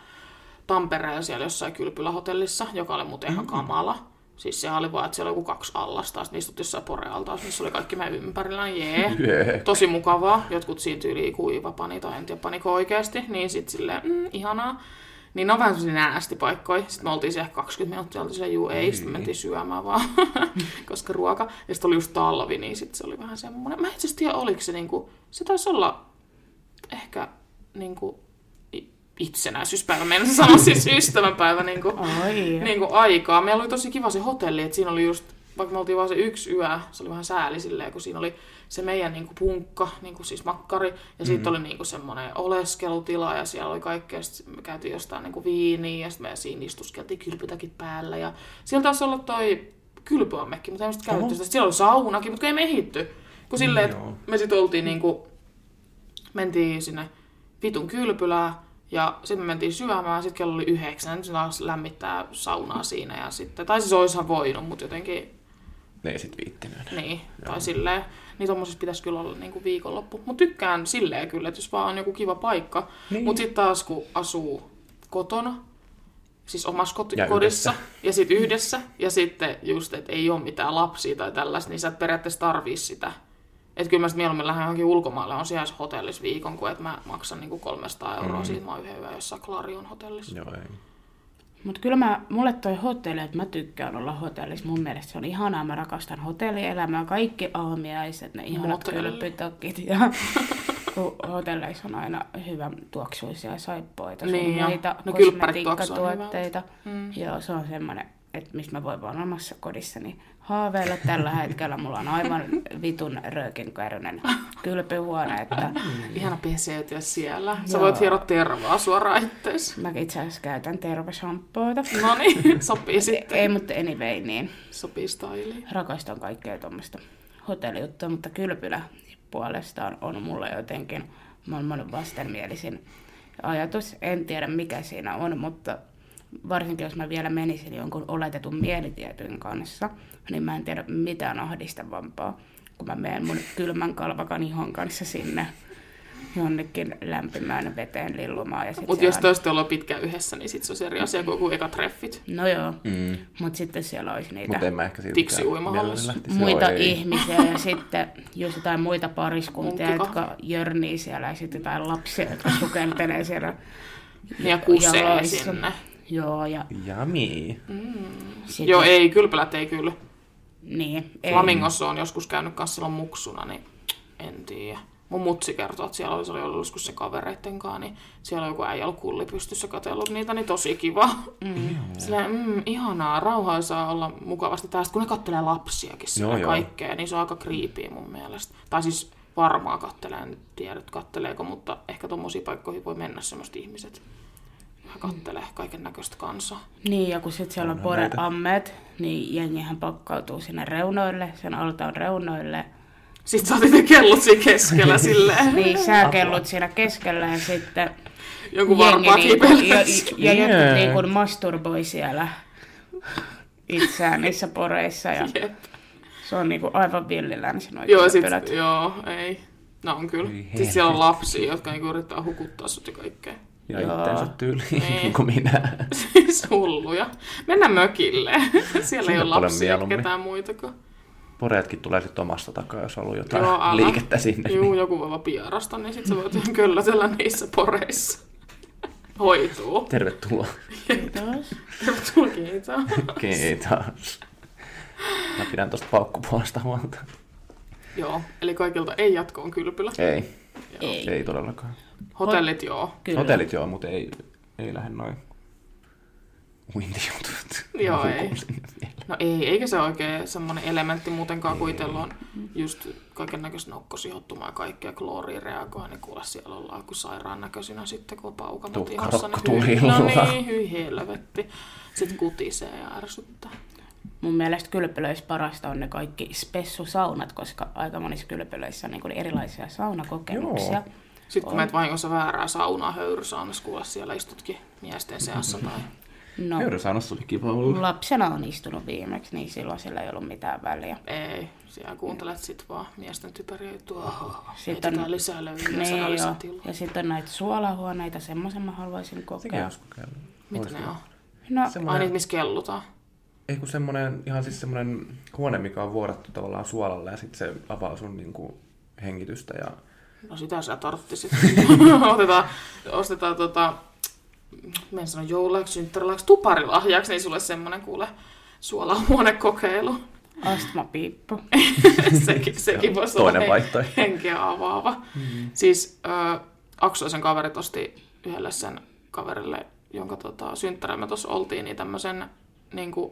Speaker 1: Tampereella siellä jossain kylpylähotellissa, joka oli muuten ihan kamala. Siis se oli vaan, että siellä oli joku kaksi allasta, sitten istuttiin jossain porealtaassa, missä oli kaikki meidän ympärillä, jee.
Speaker 2: Jee.
Speaker 1: Tosi mukavaa. Jotkut siinä tyyliin kuiva pani tai en tiedä paniko oikeasti, niin sitten silleen, mm, ihanaa. Niin ne on vähän sellaisia näästi paikkoja. Sitten me oltiin siellä 20 minuuttia, oltiin siellä juu ei, sitten me mentiin syömään vaan, koska ruoka. Ja sitten oli just talvi, niin sitten se oli vähän semmoinen. Mä itse asiassa tiedä, oliko se niinku, se taisi olla ehkä niinku i- itsenäisyyspäivä, meidän sanoa siis ystävänpäivä niinku
Speaker 3: Oi,
Speaker 1: niin kuin aikaa. Meillä oli tosi kiva se hotelli, että siinä oli just, vaikka me oltiin vaan se yksi yö, se oli vähän sääli silleen, kun siinä oli se meidän niin kuin punkka, niin kuin siis makkari, ja sitten oli niin kuin semmoinen oleskelutila, ja siellä oli kaikkea, sit me käytiin jostain niin kuin viiniä, ja sitten me siinä istuskeltiin kylpytäkin päällä, ja siellä taisi olla toi kylpyammekki, mutta ei me sitä käytetty sitä. Siellä oli saunakin, mutta kun ei me ehitty. Kun silleen, että
Speaker 2: Joo.
Speaker 1: me sitten oltiin niin kuin mentiin sinne niinku, vitun kylpylää, Ja sitten me mentiin syömään, sitten kello oli yhdeksän, niin se taas lämmittää saunaa siinä ja sitten, tai siis oishan voinut, mutta jotenkin,
Speaker 2: Ne ei sit viittinyt enää.
Speaker 1: niin, Joo.
Speaker 2: Joo.
Speaker 1: tai silleen, niin tommosissa pitäisi kyllä olla niinku viikonloppu. Mutta tykkään silleen kyllä, että jos vaan on joku kiva paikka,
Speaker 2: Niin.
Speaker 1: niin. mutta sitten taas kun asuu kotona, siis omassa kot-
Speaker 2: Ja
Speaker 1: ja kodissa,
Speaker 2: yhdessä.
Speaker 1: yhdessä. ja sitten yhdessä, ja sitten just, että ei ole mitään lapsia tai tällaista, niin sä et periaatteessa tarvii sitä. Että kyllä mä sit mieluummin lähden johonkin ulkomaalle, on siellä hotellissa viikon, kun että mä maksan niinku 300 euroa
Speaker 2: Mm.
Speaker 1: mm. siitä, mä oon yhden yön jossain Clarion hotellissa.
Speaker 2: Joo, ei.
Speaker 3: Mutta kyllä mä, mulle toi hotelli, että mä tykkään olla hotellissa. Mun mielestä se on ihanaa. Mä rakastan hotellielämää. Kaikki aamiaiset, ne ihanat
Speaker 1: Motelli.
Speaker 3: kylpytakit. Ja kun hotelleissa on aina hyvän tuoksuisia saippoita. sun
Speaker 1: Niin, ja
Speaker 3: muita
Speaker 1: ne kylppärit tuoksuu niin
Speaker 3: kosmetiikkatuotteita.
Speaker 1: Mm.
Speaker 3: Joo, se on semmoinen, että mistä mä voin vaan omassa kodissani haaveilla. Tällä hetkellä mulla on aivan vitun röökinkärinen kylpyhuone, että
Speaker 1: Ihana peseytyä siellä. Sä
Speaker 3: Joo.
Speaker 1: voit hieroa tervaa suoraan ittees.
Speaker 3: mä itse asiassa käytän tervesamppoita.
Speaker 1: No niin, sopii sitten.
Speaker 3: Ei, mutta anyway, niin
Speaker 1: Sopii styliin.
Speaker 3: rakastan kaikkea tuommoista hotellijuttua, mutta kylpylä puolestaan on mulle jotenkin maailman vastenmielisin ajatus. En tiedä mikä siinä on, mutta varsinkin jos mä vielä menisin jonkun oletetun mielitietyn kanssa, niin mä en tiedä mitään ahdistavampaa, kun mä menen mun kylmän kalvakan ihon kanssa sinne jonnekin lämpimään veteen lillumaan. Ja sit
Speaker 1: Mutta
Speaker 3: siellä
Speaker 1: jos
Speaker 3: on-
Speaker 1: te olisitte ollut pitkään yhdessä, niin sit se olisi eri asia kuin joku eka treffit.
Speaker 3: No joo,
Speaker 2: Mm.
Speaker 3: mutta sitten siellä olisi niitä...
Speaker 2: Mutta en mä ehkä silti
Speaker 1: Tiksi uimahallissa.
Speaker 3: muita ihmisiä ja sitten jos jotain muita pariskuntia,
Speaker 1: Munkkiko.
Speaker 3: jotka jörnii siellä ja sitten jotain lapsia, jotka sukeltelee siellä
Speaker 1: Ja kusee
Speaker 3: jaloissa.
Speaker 1: sinne.
Speaker 3: Joo, ja
Speaker 2: Jami.
Speaker 3: sitten,
Speaker 1: Joo, ei, kylpylät ei kyllä.
Speaker 3: Niin, ei.
Speaker 1: Flamingossa on joskus käynyt kanssa silloin muksuna, niin en tiedä. Mun mutsi kertoo, että siellä oli, se oli ollut joskus se kavereitten kanssa, niin siellä oli joku äijä ollut kulli pystyssä katsellut niitä, niin tosi kiva. Mm. Silleen, mm, ihanaa, rauhaa saa olla mukavasti tästä, kun ne kattelee lapsiakin
Speaker 2: Joo,
Speaker 1: siellä
Speaker 2: joo.
Speaker 1: kaikkea, niin se on aika kriipiä mun mielestä. Tai siis varmaan kattelee, en tiedä, että katteleeko, mutta ehkä tuommoisiin paikkoihin voi mennä semmoiset ihmiset. Vähän kattelee kaiken näköistä kansaa.
Speaker 3: Niin, ja kun sitten siellä on
Speaker 2: Onhan näitä.
Speaker 3: poreammeet, niin jengihän pakkautuu sinne reunoille, sen altaan reunoille.
Speaker 1: Sitten sä otit ne kellot siinä keskellä silleen.
Speaker 3: Niin, sääkellut siinä keskellä ja sitten
Speaker 1: Joku
Speaker 3: jengi
Speaker 1: varmaan
Speaker 3: niinku, ja,
Speaker 1: kipeä.
Speaker 3: ja
Speaker 2: Yeah.
Speaker 3: jotkut niinku masturboi siellä itseään niissä poreissa. Ja...
Speaker 1: Jep.
Speaker 3: Se on niinku aivan villilänsin oikein
Speaker 1: Joo, sit, joo, ei. No on kyllä.
Speaker 2: Ei
Speaker 1: Siis siellä on lapsia, jotka niinku yrittää hukuttaa sut ja kaikkea.
Speaker 2: Ja
Speaker 3: Joo.
Speaker 2: itteensä tyyliin,
Speaker 1: Niin.
Speaker 2: niin kuin minä.
Speaker 1: Siis hulluja. Mennään mökille. Siellä ei
Speaker 2: Sinne
Speaker 1: ole
Speaker 2: paljon
Speaker 1: lapsia eikä
Speaker 2: mieluummin.
Speaker 1: ketään muitakaan.
Speaker 2: Poreetkin tulee sitten omasta takaa, jos on ollut jotain
Speaker 1: Joo,
Speaker 2: Joo,
Speaker 1: älä.
Speaker 2: liikettä sinne.
Speaker 1: Juu, joku voi vaan piarasta, niin sit sä voit köllötellä niissä poreissa. Hoituu.
Speaker 2: Tervetuloa.
Speaker 3: Kiitos.
Speaker 1: Tervetuloa kiitos.
Speaker 2: Kiitos. Mä pidän tosta paukkupuolesta huolta.
Speaker 1: Joo, eli kaikilta ei jatkoon kylpylä.
Speaker 2: Ei,
Speaker 1: Joo.
Speaker 2: ei, ei todellakaan.
Speaker 1: Hotellit joo.
Speaker 3: Kyllä.
Speaker 2: Hotellit joo, mutta ei, ei lähde noin uintijutut.
Speaker 1: Joo,
Speaker 2: Hukun
Speaker 1: ei.
Speaker 2: sinne vielä.
Speaker 1: No ei, eikä se oikein semmoinen elementti muutenkaan, kun itsellä on just kaiken näköistä nokkosijoittumaa ja kaikkea klooriin reagoi, niin kuule siellä ollaan kuin sairaan näköisinä sitten, kun on paukamat
Speaker 2: Tukkarokko
Speaker 1: ihossa. Niin
Speaker 2: tuli
Speaker 1: hyi- no
Speaker 2: illalla.
Speaker 1: niin, hyi helvetti. Sitten kutisee ja ärsyttää.
Speaker 3: Mun mielestä kylpylöissä parasta on ne kaikki spessusaunat, koska aika monissa kylpylöissä on niinku erilaisia saunakokemuksia.
Speaker 2: Joo.
Speaker 1: Sitten kun
Speaker 3: On.
Speaker 1: menet vahingossa väärää saunaa höyrysaunassa, kuule siellä istutkin miesten seassa tai...
Speaker 3: No,
Speaker 2: Höyrysaunassa oli kiva olla.
Speaker 3: lapsena on istunut viimeksi, niin silloin sillä ei ollut mitään väliä.
Speaker 1: Ei, siellä kuuntelet sit vaan miesten typeriä juttuja. Oho,
Speaker 3: Sitten
Speaker 1: etsitään
Speaker 3: Ah, on-
Speaker 1: lisää löylyä,
Speaker 3: Niin
Speaker 1: saadaan lisää
Speaker 3: joo.
Speaker 1: tilaa.
Speaker 3: Ja sitten on näitä suolahuoneita, semmoisen mä haluaisin
Speaker 2: Sekin
Speaker 3: kokea.
Speaker 2: joskus kokeillut.
Speaker 1: Mitä
Speaker 2: Voisi
Speaker 1: ne on?
Speaker 3: No,
Speaker 1: Ai
Speaker 2: Semmoinen,
Speaker 1: niitä, missä kellutaan.
Speaker 2: ei kun semmoinen, ihan siis semmoinen huone, mikä on vuodattu tavallaan suolalle ja sitten se avaa sun niin kuin, hengitystä ja
Speaker 1: No sitä sä tarttisit. Otetaan, ostetaan tota, mä en sano joululaiksi, synttärilahjaksi, tuparilahjaksi, niin sulle semmonen kuule suolahuonekokeilu.
Speaker 3: astmapiippu.
Speaker 1: sekin, sekin voisi olla
Speaker 2: Niin, Toinen
Speaker 1: hen-
Speaker 2: vaihtoehto.
Speaker 1: henkeä avaava. Mm-hmm. Siis äh, Aksoisen kaverit osti yhdelle sen kaverille, jonka tota, synttärillä me tuossa oltiin, niin tämmöisen niin kuin,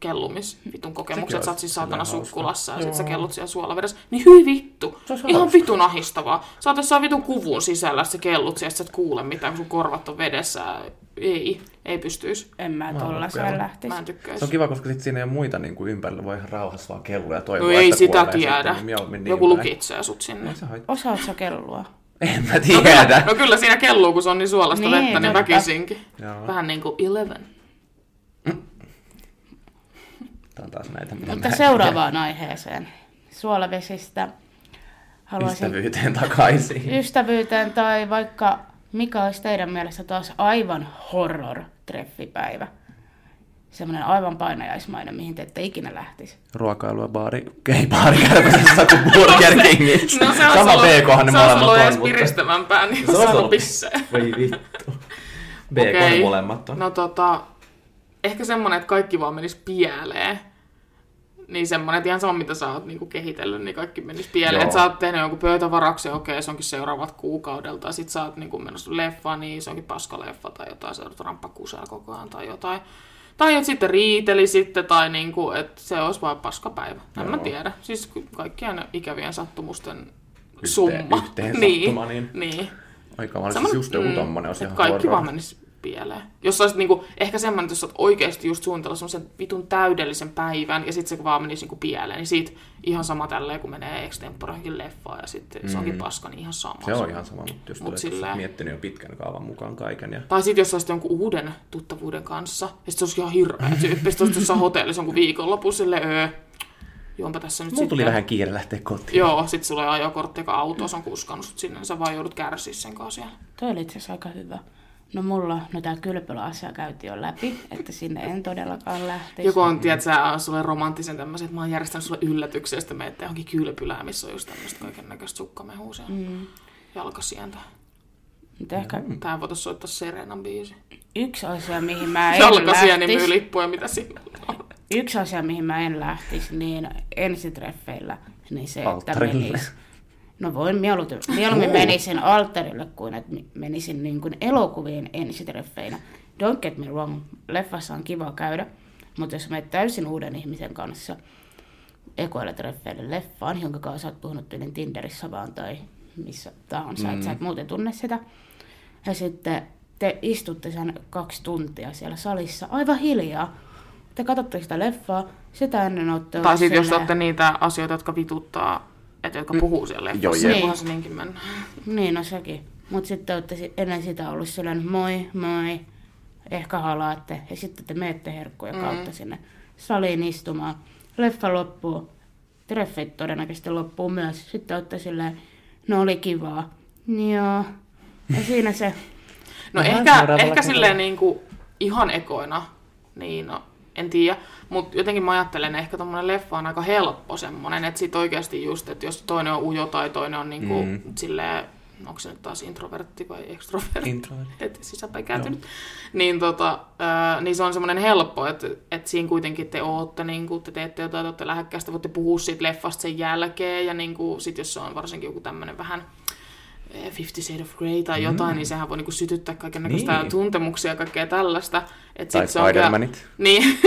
Speaker 1: kellumis vitun kokemuksen,
Speaker 2: Sekin
Speaker 1: että sä
Speaker 2: olisi
Speaker 1: oot siis saatana
Speaker 2: silleen hauska.
Speaker 1: sukkulassa ja
Speaker 2: Joo.
Speaker 1: sit sä kellut siellä suolavedessä, niin hyi vittu,
Speaker 2: Se olisi
Speaker 1: ihan
Speaker 2: hauska.
Speaker 1: vitun ahistavaa. Sä oot jossain vitun kuvun sisällä, sit sä kellut siellä, sit sä et kuule mitään, kun sun korvat on vedessä. Ei, ei pystyis.
Speaker 3: En mä
Speaker 2: oon
Speaker 3: tollaseen
Speaker 2: kokeillut.
Speaker 1: Mä en
Speaker 3: lähtisi.
Speaker 1: tykkäisi.
Speaker 2: Se on kiva, koska sit siinä ei ole muita niin kuin ympärillä, voi ihan rauhassa vaan kellua ja toivoa,
Speaker 1: No ei
Speaker 2: että
Speaker 1: sitä
Speaker 2: kuolee
Speaker 1: tiedä.
Speaker 2: Sitten, niin mieluummin niin
Speaker 1: Joku
Speaker 2: päin.
Speaker 1: lukitsee sut sinne.
Speaker 2: Ei se haittaa.
Speaker 3: Osaat sä kellua?
Speaker 2: En mä
Speaker 1: No kyllä,
Speaker 2: tiedä.
Speaker 1: no kyllä siinä kelluu, kun se on niin suolasta
Speaker 3: Niin,
Speaker 1: vettä, niin
Speaker 3: totta.
Speaker 1: väkisinkin.
Speaker 2: Joo.
Speaker 1: Vähän niin kuin Eleven.
Speaker 2: Tää on taas näitä. mitä mä
Speaker 3: Mutta
Speaker 2: en
Speaker 3: seuraavaan aiheeseen. Suolavesistä
Speaker 2: tiedä.
Speaker 3: haluaisin
Speaker 2: Ystävyyteen takaisin.
Speaker 3: ystävyyteen tai vaikka mikä olisi teidän mielestä taas aivan horror-treffipäivä? Semmoinen aivan painajaismainen, mihin te ette ikinä lähtisi.
Speaker 2: Ruokailua baari, ei baari kärpäsessä kuin Burger Kingissä.
Speaker 1: No se on
Speaker 2: Sama
Speaker 1: ollut,
Speaker 2: PKhan ne
Speaker 1: se on
Speaker 2: molemmat
Speaker 1: ollut
Speaker 2: on,
Speaker 1: edes
Speaker 2: mutta-
Speaker 1: piristävämpää, niin on
Speaker 2: Se olisi
Speaker 1: saanut
Speaker 2: ollut-
Speaker 1: pissejä.
Speaker 2: Voi vittu. BK
Speaker 1: Okei.
Speaker 2: okay. molemmat on.
Speaker 1: No tota, ehkä semmonen, että kaikki vaan menis pieleen. Niin semmonen, että ihan sama mitä sä oot niinku kehitellyt, niin kaikki menis pieleen.
Speaker 2: Joo.
Speaker 1: Että sä oot tehnyt jonkun pöytävarauksen, okei, se onkin seuraavat kuukaudelta. Sit sä oot niinku menossa leffaan, niin se onkin paskaleffa tai jotain, sä oot ramppakusaa koko ajan tai jotain. Tai että sitten riiteli sitten, tai niinku, että se olisi vain paskapäivä. En mä
Speaker 2: Joo.
Speaker 1: tiedä. Siis kaikkien ikävien sattumusten
Speaker 2: Yhteen-
Speaker 1: summa.
Speaker 2: yhteen sattuma, niin-
Speaker 1: niin.
Speaker 2: Ai kamala, siis just joku tommonen olisi
Speaker 1: mm, et
Speaker 2: ihan
Speaker 1: Kaikki
Speaker 2: horror.
Speaker 1: vaan menisi pieleen. Jos olisit niinku, ehkä semmoinen, että jos olet oikeasti just suunnitella semmoisen vitun täydellisen päivän ja sitten se vaan menisi niinku pieleen, niin siitä ihan sama tälleen, kun menee extemporaankin leffaan ja sitten se onkin paska, niin ihan sama.
Speaker 2: Mm. Se on ihan sama, mutta just
Speaker 1: Mut
Speaker 2: olet sillä...
Speaker 1: silleen-
Speaker 2: miettinyt jo pitkän kaavan mukaan kaiken. Ja...
Speaker 1: Tai sitten jos olisit jonkun uuden tuttavuuden kanssa, ja sitten se olisi ihan hirveä tyyppi, sitten olisit jossain hotellissa jonkun viikonlopun silleen, öö, juonpa tässä nyt
Speaker 2: Mulla
Speaker 1: sitten.
Speaker 2: tuli vähän kiire lähteä kotiin.
Speaker 1: Joo, sitten sulla ei ajokortti, joka auto, se on kuskannut sut sinne, sä vaan joudut kärsiä sen kanssa siellä.
Speaker 3: Toi oli itse asiassa aika hyvä. No mulla, no tää kylpyläasia käytiin jo läpi, että sinne en todellakaan lähtisi.
Speaker 1: Joku on, tiedät, sä on sulle romanttisen tämmöisen, että mä oon järjestänyt sulle yllätyksen, ja sitten menette johonkin kylpylään, missä on just tämmöistä kaiken näköistä sukkamehua siellä. Mm. Jalkasientä.
Speaker 3: Mutta ehkä
Speaker 1: Tähän voitaisiin soittaa Serenan biisi.
Speaker 3: yksi asia, myy mä en
Speaker 1: Jalkasien niin myy
Speaker 3: lähtisi,
Speaker 1: lippuja, mitä siinä on.
Speaker 3: yksi asia, mihin mä en lähtisi, niin ensitreffeillä, niin se, että
Speaker 2: Alttarille.
Speaker 3: menis, No voin mieluummin, mieluummin menisin alttarille kuin että mi- menisin niin kuin elokuviin ensitreffeinä. Don't get me wrong, leffassa on kiva käydä, mutta jos menet täysin uuden ihmisen kanssa ekoille treffeille leffaan, jonka kanssa sä oot puhunut tyylin Tinderissä vaan tai missä tahansa, mm. että sä et muuten tunne sitä. Ja sitten te istutte sen kaksi tuntia siellä salissa aivan hiljaa. Te katsotte sitä leffaa, sitä ennen olette
Speaker 1: Tai sitten jos
Speaker 3: silleen-
Speaker 1: olette niitä asioita, jotka vituttaa, että jotka puhuu siellä leffassa,
Speaker 2: Joo,
Speaker 1: niin
Speaker 3: jep.
Speaker 1: voihan se niinkin mennä.
Speaker 3: Niin, no sekin. Mutta sitten olette si- ennen sitä ollut sellainen moi, moi, ehkä halaatte. Ja sitten te menette herkkuja mm. kautta sinne saliin istumaan. Leffa loppuu, treffit todennäköisesti loppuu myös. Sitten olette silleen, no oli kivaa. Joo. Ja siinä se.
Speaker 1: No
Speaker 2: Vähän
Speaker 1: ehkä,
Speaker 2: seuraavalla
Speaker 1: ehkä
Speaker 2: kerralla.
Speaker 1: silleen niin kuin ihan ekoina, niin no, en tiedä. Mutta jotenkin mä ajattelen, että ehkä tommonen leffa on aika helppo semmonen, että sit oikeasti just, että jos toinen on ujo tai toinen on niinku mm. silleen, onko se nyt taas introvertti vai ekstrovertti?
Speaker 2: Introvertti.
Speaker 1: Et sisäpäin kääntynyt. Niin, tota, ää, niin se on semmoinen helppo, että et siinä kuitenkin te ootte, niin te teette jotain, te olette lähekkäistä, voitte puhua siitä leffasta sen jälkeen, ja niin kuin, sit jos se on varsinkin joku tämmöinen vähän eh, Fifty Shades of Grey tai jotain, mm. niin sehän voi niinku sytyttää kaiken näköistä
Speaker 2: Niin.
Speaker 1: tuntemuksia ja kaikkea tällaista. Et
Speaker 2: Tai
Speaker 1: sit se on kyllä-
Speaker 2: Spider-Manit.
Speaker 1: Niin,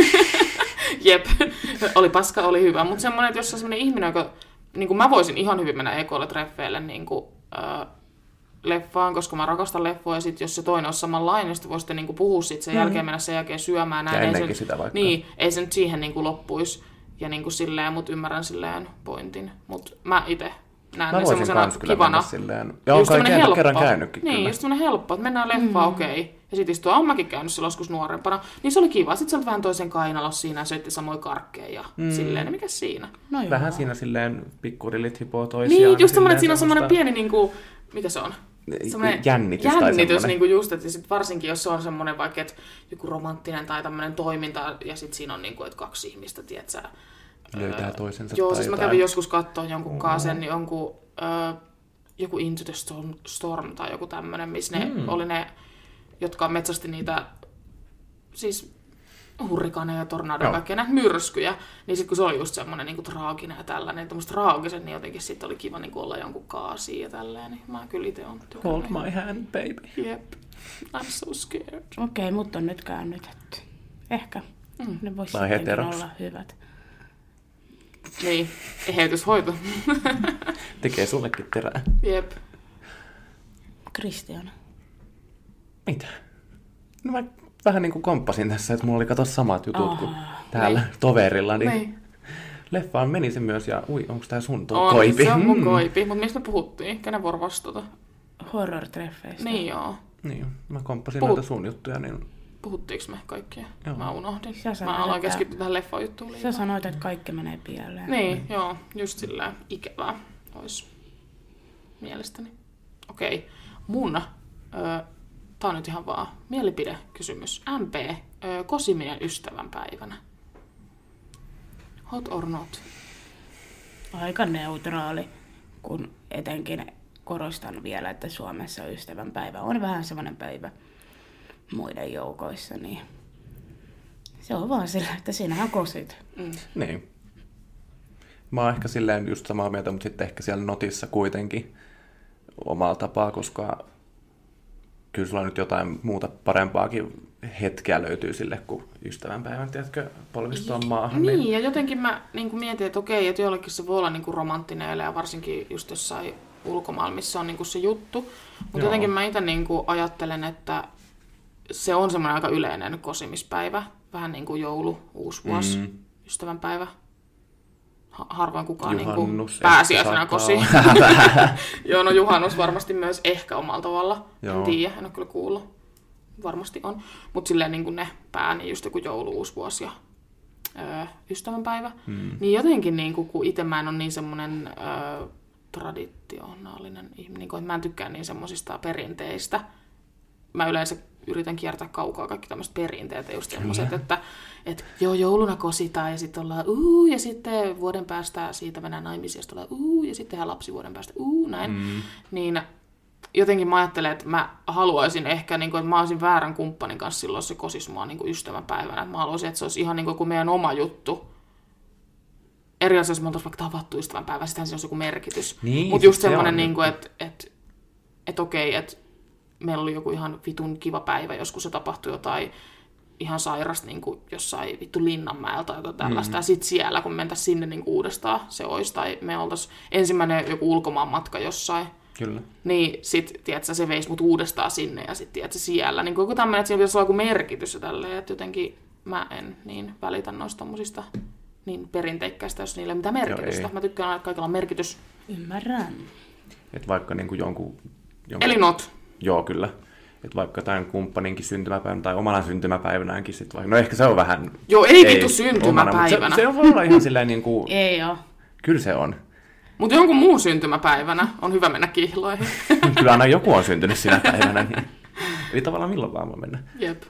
Speaker 1: jep, oli paska, oli hyvä. Mutta semmoinen, että jos on semmoinen ihminen, joka, niin kuin mä voisin ihan hyvin mennä ekoille treffeille niin kuin, äh, leffaan, koska mä rakastan leffoja, ja sit jos se toinen on samanlainen, niin sitten voisitte niinku puhua sit sen jälkeen, mennä sen jälkeen syömään. Näin.
Speaker 2: Mm.
Speaker 1: Ei
Speaker 2: Ja ennenkin
Speaker 1: se-
Speaker 2: sitä vaikka.
Speaker 1: Niin, ei se nyt siihen niinku loppuisi. Ja niinku silleen, mut ymmärrän silleen pointin. Mut mä itse näen
Speaker 2: Mä
Speaker 1: ne
Speaker 2: voisin
Speaker 1: semmosena
Speaker 2: kans kyllä mennä
Speaker 1: kivana.
Speaker 2: silleen. Ja on kai
Speaker 1: semmonen
Speaker 2: kerran,
Speaker 1: helppo.
Speaker 2: kerran käynytkin
Speaker 1: Niin,
Speaker 2: kyllä.
Speaker 1: just semmoinen helppo, että mennään leffaan, mm. okei. Okay. Ja sitten istua, on mäkin käynyt silloin joskus nuorempana. Niin se oli kiva. Sitten sä olet vähän toisen kainalos siinä ja söitte samoin karkkeja ja mm. silleen, niin mikä siinä?
Speaker 3: No joo.
Speaker 2: Vähän siinä silleen pikkurillit hipoo toisiaan.
Speaker 1: Niin, just semmoinen,
Speaker 2: silleen
Speaker 1: että siinä on semmoinen
Speaker 2: semmoista-
Speaker 1: pieni, niin kuin, mikä se on? Semmoinen
Speaker 2: Niin, Jännitys tai
Speaker 1: jännitys
Speaker 2: semmoinen.
Speaker 1: niin kuin just, että sit varsinkin jos se on semmoinen vaikka, että joku romanttinen tai tämmöinen toiminta, ja sitten siinä on niin kuin, että kaksi ihmistä, tiedätkö,
Speaker 2: Löytää toisensa
Speaker 1: Joo,
Speaker 2: tai
Speaker 1: siis mä
Speaker 2: jotain.
Speaker 1: kävin joskus katsoa jonkun
Speaker 2: Mm.
Speaker 1: kanssa sen jonkun, ö, joku Into the Storm, Storm tai joku tämmönen, missä ne mm. oli ne, jotka metsästi niitä, siis hurrikaaneja, tornadoja,
Speaker 2: Joo.
Speaker 1: kaikkia näitä myrskyjä. Niin sitten kun se oli just semmoinen niinku traaginen ja tällainen, tämmöistä traagisen, niin jotenkin sitten oli kiva niinku olla jonkun kaasi ja tälleen. Niin mä kyllä itse on
Speaker 2: Hold my hand, baby.
Speaker 1: Jep. I'm so scared.
Speaker 3: Okei, mut on nyt käännytetty. Ehkä. Mm. Ne voisi
Speaker 2: Vai
Speaker 3: sittenkin
Speaker 2: heteroksi.
Speaker 3: olla hyvät.
Speaker 1: Niin, eheytyshoito.
Speaker 2: Tekee sullekin terää.
Speaker 1: Jep.
Speaker 3: Kristian.
Speaker 2: Mitä? No mä vähän niin kuin komppasin tässä, että mulla oli kato samat jutut kuin täällä toverilla, niin,
Speaker 1: Niin.
Speaker 2: leffaan meni se myös ja ui, onko tää sun tuo
Speaker 1: On,
Speaker 2: koipi?
Speaker 1: Se on mun
Speaker 2: Mm.
Speaker 1: koipi, mutta mistä me puhuttiin? Kenen vuoro vastata?
Speaker 3: horror-treffeistä.
Speaker 1: Niin joo.
Speaker 2: Niin, mä komppasin
Speaker 1: Puh-
Speaker 2: noita sun juttuja, niin
Speaker 1: Puhuttiinko me kaikkia?
Speaker 2: Joo.
Speaker 1: Mä unohdin.
Speaker 3: Sä sanoit,
Speaker 1: Mä aloin
Speaker 3: että-
Speaker 1: keskittyä tähän leffajuttuun
Speaker 3: Sä
Speaker 1: liikaa.
Speaker 3: sanoit, että kaikki menee pieleen.
Speaker 1: Niin, joo, just sillä ikävää olisi mielestäni. Okei, mun, ö, tää on nyt ihan vaan mielipidekysymys. MP, ö, kosiminen ystävänpäivänä. Hot or not?
Speaker 3: Aika neutraali, kun etenkin korostan vielä, että Suomessa ystävänpäivä on vähän semmoinen päivä muiden joukoissa, niin se on vaan sillä, että sinähän kosit.
Speaker 1: Mm.
Speaker 2: niin. Mä oon ehkä silleen just samaa mieltä, mutta sitten ehkä siellä notissa kuitenkin omalla tapaa, koska kyllä sulla nyt jotain muuta parempaakin hetkeä löytyy sille, kun ystävänpäivän, tiedätkö, polvistoon maahan.
Speaker 1: Niin, ja jotenkin mä niin kuin mietin, että okei, että joillekin se voi olla niin kuin romanttinen ele, ja varsinkin just jossain ulkomailla, missä on niin kuin se juttu.
Speaker 2: Joo.
Speaker 1: Mutta jotenkin mä itse niin kuin ajattelen, että se on semmoinen aika yleinen kosimispäivä. Vähän niin kuin joulu, uusi vuosi,
Speaker 2: Mm.
Speaker 1: mm. ystävänpäivä. Ha- harvoin kukaan niin kuin
Speaker 2: Juhannus ehkä
Speaker 1: pääsiäisenä
Speaker 2: saattaa
Speaker 1: kosi. Joo, no juhannus varmasti myös ehkä omalla tavalla.
Speaker 2: Joo.
Speaker 1: En tiedä, en ole kyllä kuullut. Varmasti on. Mutta silleen niin kuin ne pää, niin just joku joulu, uusi vuosi ja öö, ystävänpäivä. Mm. Niin jotenkin, niin kuin, kun itse mä en ole niin semmoinen öö, traditionaalinen ihminen, niin kuin, että mä en tykkää niin semmoisista perinteistä. Mä yleensä yritän kiertää kaukaa kaikki tämmöiset perinteet ja just semmoiset, että, että joo, jouluna kositaan ja sitten ollaan uu, ja sitten vuoden päästä siitä mennään naimisiin ja sitten ollaan uu, ja sitten tehdään lapsi vuoden päästä uu, näin. Mm. Niin jotenkin mä ajattelen, että mä haluaisin ehkä, niin kuin, että mä olisin väärän kumppanin kanssa silloin, jos se kosis mua niin kuin ystävänpäivänä. Että Mä haluaisin, että se olisi ihan niin kuin meidän oma juttu. Eri asia, jos me oltaisiin vaikka tavattu ystävänpäivä, sittenhän siinä olisi joku merkitys.
Speaker 2: Niin,
Speaker 1: Mutta just
Speaker 2: se on
Speaker 1: semmoinen,
Speaker 2: nyt.
Speaker 1: niin kuin, että, että, että okei, että meillä oli joku ihan vitun kiva päivä, joskus se tapahtui jotain ihan sairasta niin kuin jossain vittu Linnanmäeltä tai jotain tällaista. Mm.
Speaker 2: Mm-hmm.
Speaker 1: Ja sitten siellä, kun mentäisiin sinne niin kuin uudestaan, se olisi, tai me oltaisiin ensimmäinen joku ulkomaan matka jossain,
Speaker 2: Kyllä.
Speaker 1: niin sit, tiedätkö, se veisi mut uudestaan sinne ja sit, tiedätkö, siellä. Niin koko tämmöinen, että siinä pitäisi olla joku merkitys ja tälleen, että jotenkin mä en niin välitä noista tommosista niin perinteikkäistä, jos niillä ei ole mitään merkitystä.
Speaker 2: ei. No,
Speaker 1: mä tykkään aina, että kaikilla on merkitys.
Speaker 3: Ymmärrän.
Speaker 2: Että vaikka niin kuin jonkun... jonkun
Speaker 1: Eli not.
Speaker 2: Joo, kyllä. Että vaikka tämän kumppaninkin syntymäpäivänä tai omana syntymäpäivänäänkin sitten vaikka. No ehkä se on vähän...
Speaker 1: Joo, ei vittu
Speaker 2: omana,
Speaker 1: syntymäpäivänä.
Speaker 2: mutta se, se voi olla ihan silleen niin kuin...
Speaker 3: Ei oo.
Speaker 2: Kyllä se on.
Speaker 1: Mutta jonkun muun syntymäpäivänä on hyvä mennä kihloihin.
Speaker 2: Kyllä aina joku on syntynyt sinä päivänä. Niin. Eli tavallaan milloin vaan voi mennä.
Speaker 1: Jep.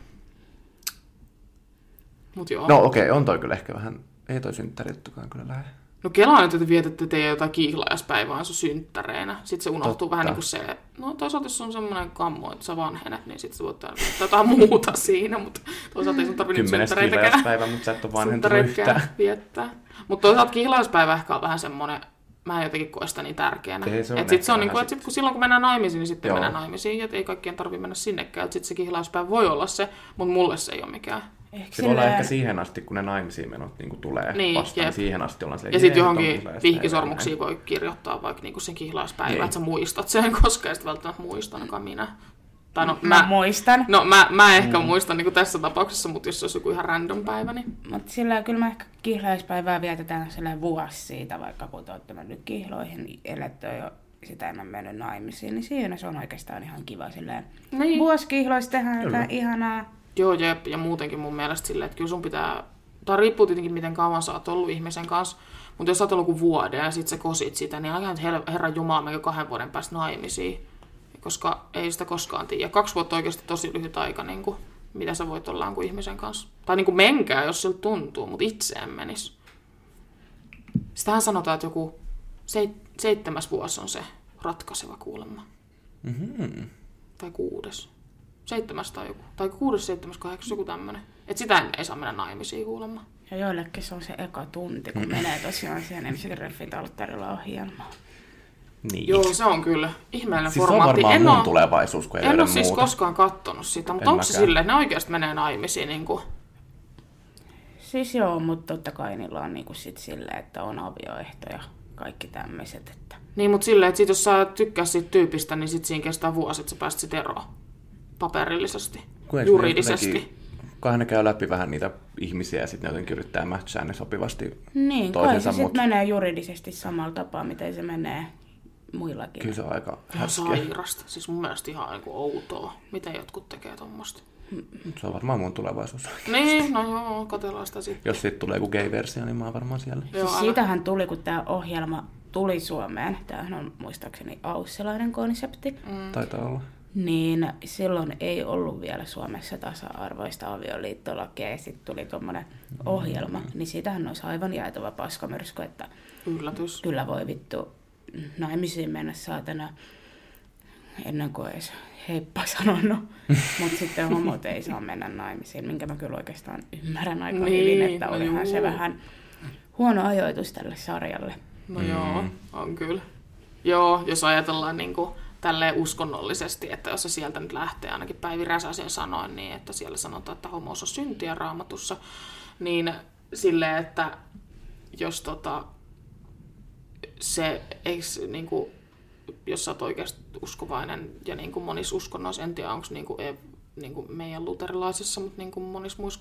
Speaker 1: Mut joo.
Speaker 2: No okei, okay, on toi kyllä ehkä vähän... Ei toi synttärittukaan kyllä lähde.
Speaker 1: No Kela nyt, että vietette teidän jotain kihlajaispäivää sun synttäreinä. Sitten se unohtuu
Speaker 2: Totta.
Speaker 1: vähän niin kuin se, no toisaalta jos on semmoinen kammo, että sä vanhenet, niin sitten sä voit tehdä jotain muuta siinä, mutta toisaalta ei sun tarvitse nyt
Speaker 2: Kymmenes
Speaker 1: synttäreitäkään.
Speaker 2: päivä, mutta sä et ole vanhentunut yhtään.
Speaker 1: synttäreitäkään viettää. Mutta toisaalta kihlajaispäivä ehkä on vähän semmoinen, mä en jotenkin koe sitä niin tärkeänä.
Speaker 2: Ei, se on
Speaker 1: Et sit se
Speaker 2: ehkä
Speaker 1: on niin
Speaker 2: vähän
Speaker 1: kuin, että sit, kun silloin kun mennään naimisiin, niin sitten
Speaker 2: Joo.
Speaker 1: Joo. mennään naimisiin, että ei kaikkien tarvitse mennä sinnekään. Että sitten se kihlajaispäivä voi olla se, mutta mulle se ei ole mikään.
Speaker 3: Ehkä
Speaker 2: Se voi olla
Speaker 3: silleen-
Speaker 2: ehkä siihen asti, kun ne naimisiin menot niin kuin tulee
Speaker 1: Niin,
Speaker 2: vastaan.
Speaker 1: jep.
Speaker 2: Siihen asti ollaan silleen,
Speaker 1: Ja sitten
Speaker 2: jee,
Speaker 1: johonkin
Speaker 2: tommosia
Speaker 1: vihkisormuksiin voi kirjoittaa vaikka niinku sen kihlaispäivä,
Speaker 2: Niin.
Speaker 1: että sä muistat sen, koska ei sit välttämättä muista ainakaan minä. Tai no,
Speaker 3: Mä, mä
Speaker 1: mä,
Speaker 3: muistan.
Speaker 1: no, mä, mä ehkä mm. muistan niinku tässä tapauksessa, mutta jos se olisi joku ihan random päivä, niin
Speaker 3: Mutta sillä kyllä me ehkä kihlaispäivää vietetään sillä vuosi siitä, vaikka kun te olette mennyt kihloihin, elätte jo sitä ennen mennyt naimisiin, niin siinä se on oikeastaan ihan kiva silleen.
Speaker 1: Niin.
Speaker 3: Vuosi kihloissa tehdään
Speaker 2: Kyllä.
Speaker 3: jotain ihanaa.
Speaker 1: joo jep, ja muutenkin mun mielestä silleen, että kyllä sun pitää, tai riippuu tietenkin miten kauan sä oot ollut ihmisen kanssa, mutta jos sä oot ollut kuin vuoden ja sit sä kosit sitä, niin aika herran jumala menkö kahden vuoden päästä naimisiin, koska ei sitä koskaan tiedä. Kaksi vuotta on oikeasti tosi lyhyt aika, niin kuin, mitä sä voit olla kuin ihmisen kanssa. Tai niin kuin menkää, jos siltä tuntuu, mutta itse en menisi. Sitähän sanotaan, että joku seit, seitsemäs vuosi on se ratkaiseva kuulemma. Mm-hmm.
Speaker 2: Mhm.
Speaker 1: Tai kuudes. Seitsemäs tai joku. Tai kuudes, seitsemäs, kahdeksas, joku tämmönen. Et sitä ennen ei saa mennä naimisiin kuulemma.
Speaker 3: Ja joillekin se on se eka tunti,
Speaker 2: Mm.
Speaker 3: kun menee tosiaan siihen ensitreffit alttarilla ohjelmaan.
Speaker 2: Niin.
Speaker 1: Joo, se on kyllä. Ihmeellinen
Speaker 2: Siis se on
Speaker 1: formaatti.
Speaker 2: varmaan
Speaker 1: en
Speaker 2: mun
Speaker 1: ole,
Speaker 2: tulevaisuus, kun ei
Speaker 1: en
Speaker 2: löydä
Speaker 1: ole siis
Speaker 2: muuta.
Speaker 1: koskaan kattonut sitä, mutta
Speaker 2: En
Speaker 1: onko se
Speaker 2: mäkään.
Speaker 1: silleen, että ne oikeasti menee naimisiin niin kuin...
Speaker 3: Siis joo, mutta totta kai niillä on niinku sit silleen, että on avioehto ja kaikki tämmöiset. Että...
Speaker 1: Niin, mutta silleen, että sit jos sä et tykkää siitä tyypistä, niin sit siinä kestää vuosi, että sä pääst sit eroon. Paperillisesti,
Speaker 2: Kun eikö ne
Speaker 1: juridisesti.
Speaker 2: jotenkin- Kai ne käy läpi vähän niitä ihmisiä ja sitten ne jotenkin yrittää matchaa ne sopivasti
Speaker 3: Niin, kai
Speaker 2: toisensa,
Speaker 3: se sit
Speaker 2: mutta
Speaker 3: menee juridisesti samalla tapaa, miten se menee muillakin.
Speaker 2: Kyllä se on aika
Speaker 1: Ihan
Speaker 2: häskeä.
Speaker 1: sairasta. Siis mun mielestä ihan niinku outoa. Miten jotkut tekee tuommoista?
Speaker 2: Se on varmaan mun tulevaisuus.
Speaker 1: Niin, no joo, katsellaan sitä sitten.
Speaker 2: Jos siitä tulee joku gay-versio, niin mä oon varmaan siellä.
Speaker 1: Joo,
Speaker 3: Siis
Speaker 1: älä.
Speaker 3: siitähän tuli, kun tämä ohjelma tuli Suomeen, tämähän on muistaakseni aussilainen konsepti,
Speaker 1: Mm.
Speaker 2: Taitaa olla.
Speaker 3: niin silloin ei ollut vielä Suomessa tasa-arvoista avioliittolakia ja sitten tuli tuommoinen
Speaker 1: Mm.
Speaker 3: ohjelma, niin siitähän olisi aivan jäätävä paskamyrsky, että
Speaker 1: Yllätys.
Speaker 3: kyllä voi vittu naimisiin mennä saatana ennen kuin edes heippa sanonut, mutta sitten homot ei saa mennä naimisiin, minkä mä kyllä oikeastaan ymmärrän aika
Speaker 1: Niin,
Speaker 3: hyvin, että
Speaker 1: no
Speaker 3: olihan se
Speaker 1: juu.
Speaker 3: vähän huono ajoitus tälle sarjalle.
Speaker 1: No joo, on kyllä. Joo, jos ajatellaan niin kuin tälleen uskonnollisesti, että jos se sieltä nyt lähtee, ainakin Päivi Räsäsen sanoin, niin että siellä sanotaan, että homous on syntiä raamatussa, niin silleen, että jos tota, se, eiks, niin kuin, jos sä oot oikeasti uskovainen, ja niin kuin monissa uskonnoissa, en tiedä onko niin kuin, niin kuin meidän luterilaisissa, mutta niin kuin monissa muissa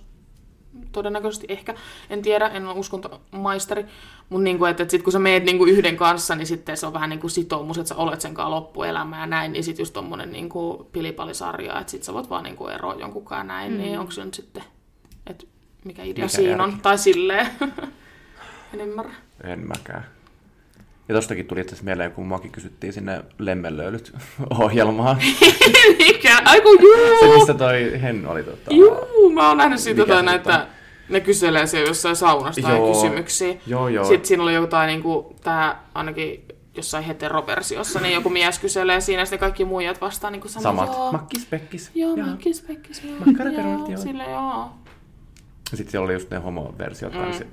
Speaker 1: todennäköisesti ehkä, en tiedä, en ole uskontomaisteri, mutta niinku, että et sit kun sä meet niinku yhden kanssa, niin sitten se on vähän niinku sitoumus, että sä olet sen kanssa loppuelämää ja näin, niin sitten just tommonen niinku pilipalisarja, että sit sä voit vaan niinku eroa jonkun kanssa ja näin, mm. niin onko se nyt sitten, että mikä idea
Speaker 2: Mikä
Speaker 1: mikä siinä
Speaker 2: järki?
Speaker 1: on, tai silleen, en ymmärrä.
Speaker 2: En mäkään. Ja tostakin tuli itse asiassa mieleen, kun muakin kysyttiin sinne lemmellöylyt ohjelmaa.
Speaker 1: mikä, aiku juu!
Speaker 2: Se, mistä toi Hennu oli tota...
Speaker 1: Juu, mä oon nähnyt siitä
Speaker 2: Mikä
Speaker 1: jotain
Speaker 2: se
Speaker 1: näitä, ne kyselee siellä jossain saunassa tai
Speaker 2: Joo.
Speaker 1: kysymyksiä.
Speaker 2: Joo, joo.
Speaker 1: Sitten siinä oli jotain, niin kuin, tää ainakin jossain heteroversiossa, niin joku mies kyselee siinä, ja sitten kaikki muijat vastaa niin kuin sanoo,
Speaker 2: Samat.
Speaker 1: Joo,
Speaker 2: Makkis, pekkis.
Speaker 1: joo,
Speaker 2: jaa.
Speaker 1: makkis, pekkis, joo,
Speaker 2: Makkaraperunat,
Speaker 1: joo,
Speaker 2: joo.
Speaker 1: sille joo.
Speaker 2: Ja sitten siellä oli just ne homoversiot mm. kanssa.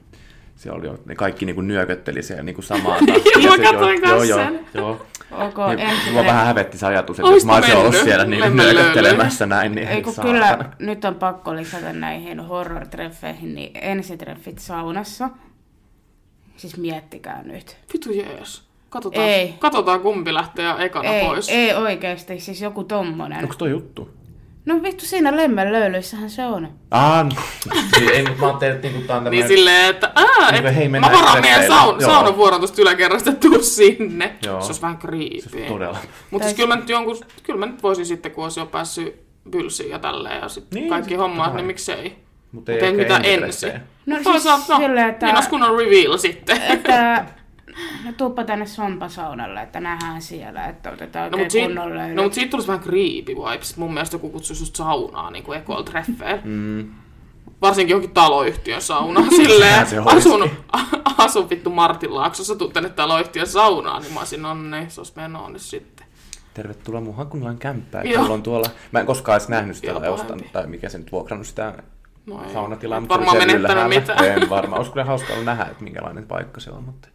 Speaker 2: Siellä oli, jo- ne kaikki niinku nyökötteli siellä niinku samaa. tahtia.
Speaker 1: Joo, mä
Speaker 2: Se- joo,
Speaker 1: katsoin
Speaker 2: joo,
Speaker 1: kans
Speaker 2: joo,
Speaker 1: sen.
Speaker 2: joo.
Speaker 3: Ok,
Speaker 2: Niin, mua vähän hävetti se ajatus, että jos
Speaker 1: Olisiko
Speaker 2: mä olisin ollut
Speaker 1: mennyt?
Speaker 2: siellä niin
Speaker 1: Lemme
Speaker 2: nyököttelemässä näin, niin
Speaker 3: Ei kun
Speaker 2: saatana.
Speaker 3: kyllä, nyt on pakko lisätä näihin horror-treffeihin, niin ensitreffit saunassa. Siis miettikää nyt.
Speaker 1: Vitu jees. Katsotaan,
Speaker 3: Ei.
Speaker 1: katsotaan kumpi lähtee ekana
Speaker 3: ei,
Speaker 1: pois.
Speaker 3: ei oikeasti, siis joku tommonen.
Speaker 2: Onko toi juttu?
Speaker 3: No vittu, siinä lemmen löylyissähän se on.
Speaker 2: Aa, no. ei, mut mä ajattelin, että niinku tää on
Speaker 1: Niin
Speaker 2: tämmönen...
Speaker 1: silleen, että ää,
Speaker 2: Niin kuin,
Speaker 1: et,
Speaker 2: hei,
Speaker 1: mä
Speaker 2: mennään
Speaker 1: varaan meidän
Speaker 2: treffeille.
Speaker 1: saun,
Speaker 2: Joo.
Speaker 1: saunan vuorotusta yläkerrasta, että tuu sinne.
Speaker 2: Joo.
Speaker 1: Se olisi vähän kriipiä.
Speaker 2: Siis Todella.
Speaker 1: Mutta siis
Speaker 3: Tai-
Speaker 1: kyllä mä, nyt jonkun, kyllä mä nyt voisin sitten, kun olisi jo päässyt bylsiin ja tälleen ja sitten
Speaker 2: Niin,
Speaker 1: niin, kaikki
Speaker 2: sit
Speaker 1: hommaat,
Speaker 2: totta
Speaker 1: niin
Speaker 2: kai.
Speaker 1: miksei.
Speaker 2: Mutta
Speaker 1: Mutta ei mitä ensin.
Speaker 2: ensitreffejä.
Speaker 3: No siis
Speaker 1: Toisaalta, no,
Speaker 3: silleen, että-
Speaker 1: niin olisi kunnon reveal sitten.
Speaker 3: Että no tuuppa tänne sompasaunalle, että nähdään siellä, että otetaan
Speaker 1: No,
Speaker 3: no,
Speaker 1: mutta siitä,
Speaker 3: kunnon löyly.
Speaker 1: no, mut siitä tulisi vähän creepy vibes. Mun mielestä joku kutsuisi just saunaa niin kuin ekoil treffeillä.
Speaker 2: Mm.
Speaker 1: Varsinkin johonkin taloyhtiön saunaan. Silleen,
Speaker 2: Sehän se olisikin.
Speaker 1: asun, asun vittu Martin Laaksossa, tuu tänne taloyhtiön saunaan. Niin mä olisin, on niin, se olisi menoa nyt sitten.
Speaker 2: Tervetuloa mun Hakunlan kämppään.
Speaker 1: Joo.
Speaker 2: Kello on tuolla. Mä en koskaan edes nähnyt sitä
Speaker 1: Vielä
Speaker 2: tai ostanut,
Speaker 1: pahempi.
Speaker 2: tai mikä sen nyt vuokrannut sitä
Speaker 1: No ei.
Speaker 2: saunatilaa.
Speaker 1: Et
Speaker 2: mut se oli
Speaker 1: varmaan
Speaker 2: siellä
Speaker 1: menettänyt
Speaker 2: ylhäällä.
Speaker 1: mitään.
Speaker 2: En varmaan. Olisi kyllä hauska ollut nähdä, että minkälainen paikka se on, mutta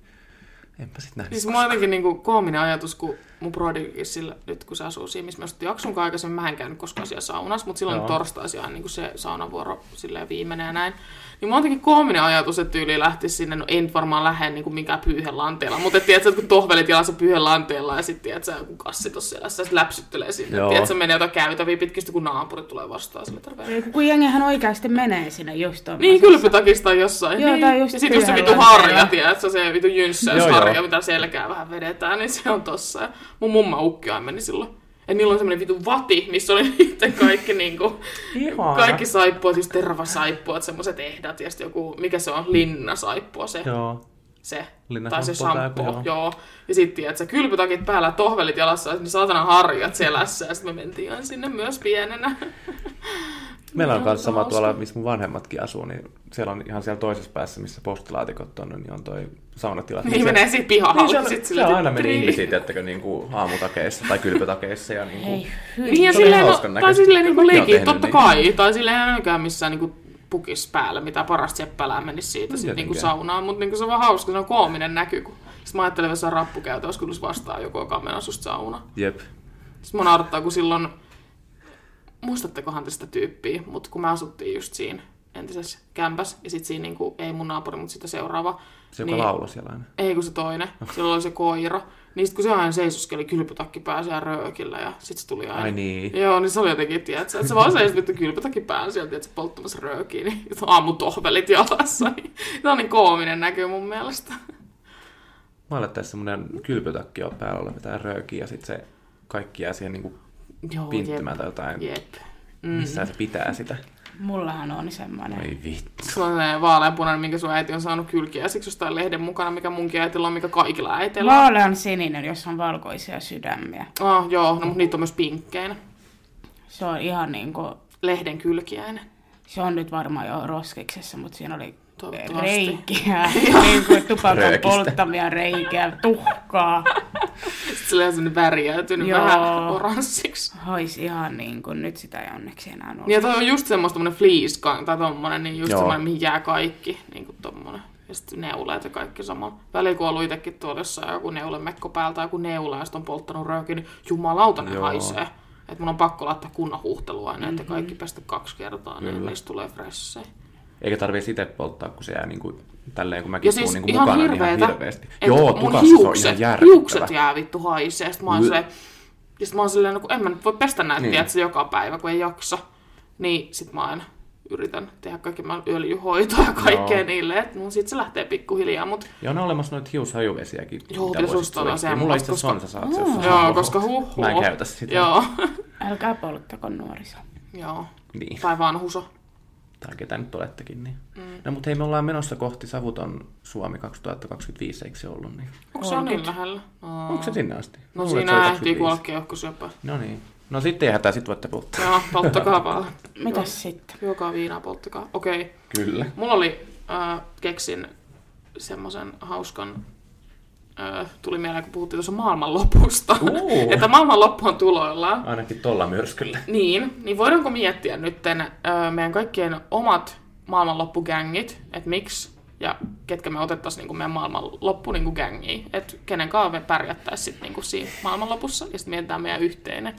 Speaker 2: enpä sit nähnyt.
Speaker 1: Siis mulla on jotenkin niinku koominen ajatus, kun mun brodikin sillä, nyt kun se asuu siinä, missä mä asuttiin Aksun kanssa aikaisemmin, mä en käynyt koskaan siellä saunassa, mutta silloin
Speaker 2: Joo.
Speaker 1: Joo. torstaisin aina niinku se saunavuoro silleen viimeinen ja näin. Niin mulla on jotenkin koominen ajatus, että tyyli lähti sinne, no en nyt varmaan lähde niinku minkään pyyhen lanteella, mutta et tiedät sä, että kun tohvelet jalassa pyyhen lanteella ja sitten tiedät sä, joku kassi tossa selässä, sit läpsyttelee sinne.
Speaker 2: Joo.
Speaker 1: Joo. Tiedät sä, menee jotain käytäviä pitkistä, kun naapurit tulee vastaan sille terveen.
Speaker 3: Ei, kun- Kun jengihän oikeasti menee sinne just
Speaker 1: Niin,
Speaker 3: tuommoisessa.
Speaker 1: kylpytakista on jossain.
Speaker 3: Joo,
Speaker 1: niin.
Speaker 3: tai just
Speaker 1: ja sitten just se vitu
Speaker 3: pyyhellä
Speaker 1: harja,
Speaker 3: siellä.
Speaker 1: tiedätkö, se vitu
Speaker 2: Joo,
Speaker 1: jynssäysharja,
Speaker 2: joo.
Speaker 1: mitä selkää vähän vedetään, niin se on tossa. Ja mun mumma ukkia meni silloin. Ja niillä on semmoinen vitu vati, missä oli niiden kaikki niinku,
Speaker 2: Ihana.
Speaker 1: kaikki saippuat, just tervasaippuat, semmoiset ehdat ja sitten joku, mikä se on, linnasaippua se.
Speaker 2: Joo.
Speaker 1: se.
Speaker 2: Linna
Speaker 1: tai se
Speaker 2: shampoo tai joku,
Speaker 1: shampoo, joo.
Speaker 2: joo.
Speaker 1: joo. Ja sitten, että kylpytakit päällä, tohvelit jalassa, ja ne saatana harjat selässä, ja sitten me mentiin aina sinne myös pienenä. Niin
Speaker 2: Meillä on
Speaker 1: Joo,
Speaker 2: myös sama
Speaker 1: hauska.
Speaker 2: tuolla, missä mun vanhemmatkin asuu, niin siellä on ihan siellä toisessa päässä, missä postilaatikot on, niin on toi saunatila.
Speaker 1: Niin
Speaker 2: se-
Speaker 1: menee siitä pihahalle.
Speaker 2: Niin, se,
Speaker 1: sit
Speaker 2: on,
Speaker 1: sillä
Speaker 2: se on aina meni
Speaker 1: tittriin.
Speaker 2: ihmisiä, tiettäkö, niin kuin aamutakeissa tai kylpytakeissa. Ja niin kuin,
Speaker 3: Ei, hyi.
Speaker 1: Niin ja
Speaker 2: Se oli
Speaker 1: silleen,
Speaker 2: hauskan
Speaker 1: no, tai
Speaker 2: näköistä.
Speaker 1: silleen niinku
Speaker 2: Mäkin oon
Speaker 1: leikki,
Speaker 2: tehnyt
Speaker 1: totta
Speaker 2: niin.
Speaker 1: kai. Tai silleen ei ainakaan missään niinku pukis päällä, mitä parasta seppälää menisi siitä
Speaker 2: No
Speaker 1: sit niinku
Speaker 2: tietenkään.
Speaker 1: saunaan. Mutta niinku se on vaan hauska, se on koominen näky. Kun... Sitten mä ajattelin, että se on rappukäytäys, kun tulisi vastaan joku, joka on menossa just saunaan.
Speaker 2: jep.
Speaker 1: Sitten mun naurattaa, kun silloin, muistattekohan tästä tyyppiä, mutta kun me asuttiin just siinä entisessä kämpässä, ja sitten siinä niinku, ei mun naapuri, mutta sitä seuraava.
Speaker 2: Se, joka niin. lauloi siellä aina.
Speaker 1: Ei kun se toinen. Silloin oli se koira. Niin sit kun se aina seisoskeli kylpytakki päässä ja röökillä ja sit se tuli aina.
Speaker 2: Ai niin.
Speaker 1: Joo, niin se oli jotenkin, tiedätkö, että se vaan seisoi vittu kylpytakki päällä sieltä, että se polttamassa röökiä, niin aamutohvelit jalassa. Niin. Tämä on niin koominen näky mun mielestä.
Speaker 2: Mä laittaisin semmoinen kylpytakki on päällä oleva tää rööki ja sit se kaikki jää siihen niinku
Speaker 1: Joo,
Speaker 2: pinttymään tai jotain.
Speaker 1: Oh, Jep. Mm.
Speaker 2: Missään se pitää sitä.
Speaker 3: Mullahan on semmoinen.
Speaker 2: Oi vittu.
Speaker 1: Sulla on sellainen vaaleanpunainen, minkä sun äiti on saanut kylkiä. Siksi jostain lehden mukana, mikä munkin äitillä on, mikä kaikilla äitillä on.
Speaker 3: Vaalean sininen, jossa on valkoisia sydämiä.
Speaker 1: Oh, joo, no, mutta niitä on myös pinkkeinä.
Speaker 3: Se on ihan niinku,
Speaker 1: Lehden kylkiäinen.
Speaker 3: se on nyt varmaan jo roskiksessa, mutta siinä oli
Speaker 1: Toivottavasti.
Speaker 3: reikiä, niinku tupakan
Speaker 2: Röökistä.
Speaker 3: polttamia reikiä, tuhkaa.
Speaker 1: Sitten sillä on sellainen värjäytynyt
Speaker 3: Joo.
Speaker 1: vähän oranssiksi.
Speaker 3: Haisi ihan niin kuin, nyt sitä ei onneksi enää ollut.
Speaker 1: Niin, Ja toi on just semmoista tommonen fleece kan- tai tommonen, niin just
Speaker 2: Joo.
Speaker 1: semmoinen, mihin jää kaikki, niin kuin tommonen. Ja sitten neuleet ja kaikki samalla. Välillä kun on ollut itsekin tuolla jossain joku neulemekko päällä tai joku neula ja sitten on polttanut röökin, niin jumalauta ne
Speaker 2: Joo.
Speaker 1: haisee. Että mun on pakko laittaa kunnon huuhteluaineet mm-hmm. ja kaikki pestä kaksi kertaa, niin
Speaker 2: Kyllä.
Speaker 1: niistä tulee fressejä.
Speaker 2: Eikä tarvii itse polttaa, kun se jää niinku, tälleen, kun mäkin
Speaker 1: Ja
Speaker 2: tuun
Speaker 1: siis
Speaker 2: niinku
Speaker 1: ihan
Speaker 2: mukana, niin
Speaker 1: hirveetä.
Speaker 2: ihan hirveästi.
Speaker 1: Et
Speaker 2: Joo,
Speaker 1: mun
Speaker 2: tukassa se on
Speaker 1: hiukset-
Speaker 2: ihan järkyttävä.
Speaker 1: Hiukset jää vittu haisee. Sitten mä oon
Speaker 2: Bl-
Speaker 1: silleen, ja sit mä oon silleen, no kun en mä nyt voi pestä näitä, niin.
Speaker 2: Niin.
Speaker 1: tiedätkö, joka päivä, kun ei jaksa. Niin sit mä aina yritän tehdä kaiken mä öljyhoitoa ja kaikkea
Speaker 2: Joo.
Speaker 1: niille, että mun sit se lähtee pikkuhiljaa, mut
Speaker 2: Ja on olemassa noita hiushajuvesiäkin.
Speaker 1: Joo,
Speaker 2: mitä
Speaker 1: pitäisi
Speaker 2: voisit
Speaker 1: ostaa
Speaker 2: suihkuja.
Speaker 1: semmoista,
Speaker 2: Mulla itse asiassa
Speaker 1: koska-
Speaker 2: on, sä saat se, jos sä
Speaker 1: Mm. joo,
Speaker 2: haluat.
Speaker 1: koska huh
Speaker 2: Mä en käytä sitä.
Speaker 1: Joo,
Speaker 3: Älkää polttako nuoriso.
Speaker 1: joo.
Speaker 2: Niin,
Speaker 1: Tai vanhuso.
Speaker 2: tai ketä nyt olettekin. Niin. Mm. No mut hei, me ollaan menossa kohti Savuton Suomi 2025, eikö se ollut? Niin.
Speaker 1: Onko se on niin lähellä? No,
Speaker 2: Onko se sinne asti?
Speaker 1: no
Speaker 2: Luulen, että se
Speaker 1: siinä
Speaker 2: oli
Speaker 1: ehtii
Speaker 2: 25.
Speaker 1: kuolla keuhkosyöpää.
Speaker 2: No niin. No sitten ei hätää, sit voitte polttaa.
Speaker 1: Joo, polttakaa vaan.
Speaker 3: Mitäs sitten?
Speaker 1: Juokaa viinaa, polttakaa. Okei. Okay.
Speaker 2: Kyllä.
Speaker 1: Mulla oli, äh, keksin semmoisen hauskan, äh, tuli mieleen kun puhuttiin tuossa maailmanlopusta,
Speaker 2: Uu.
Speaker 1: että maailmanloppu on tuloillaan.
Speaker 2: Ainakin tolla myrskyllä.
Speaker 1: Niin, niin voidaanko miettiä nyt äh, meidän kaikkien omat maailmanloppugängit, että miksi ja ketkä me otettaisiin niinku meidän maailmanloppu niinku gängiin, että kenen kanssa me pärjättäisiin sit niinku siinä maailmanlopussa ja sitten mietitään meidän yhteinen.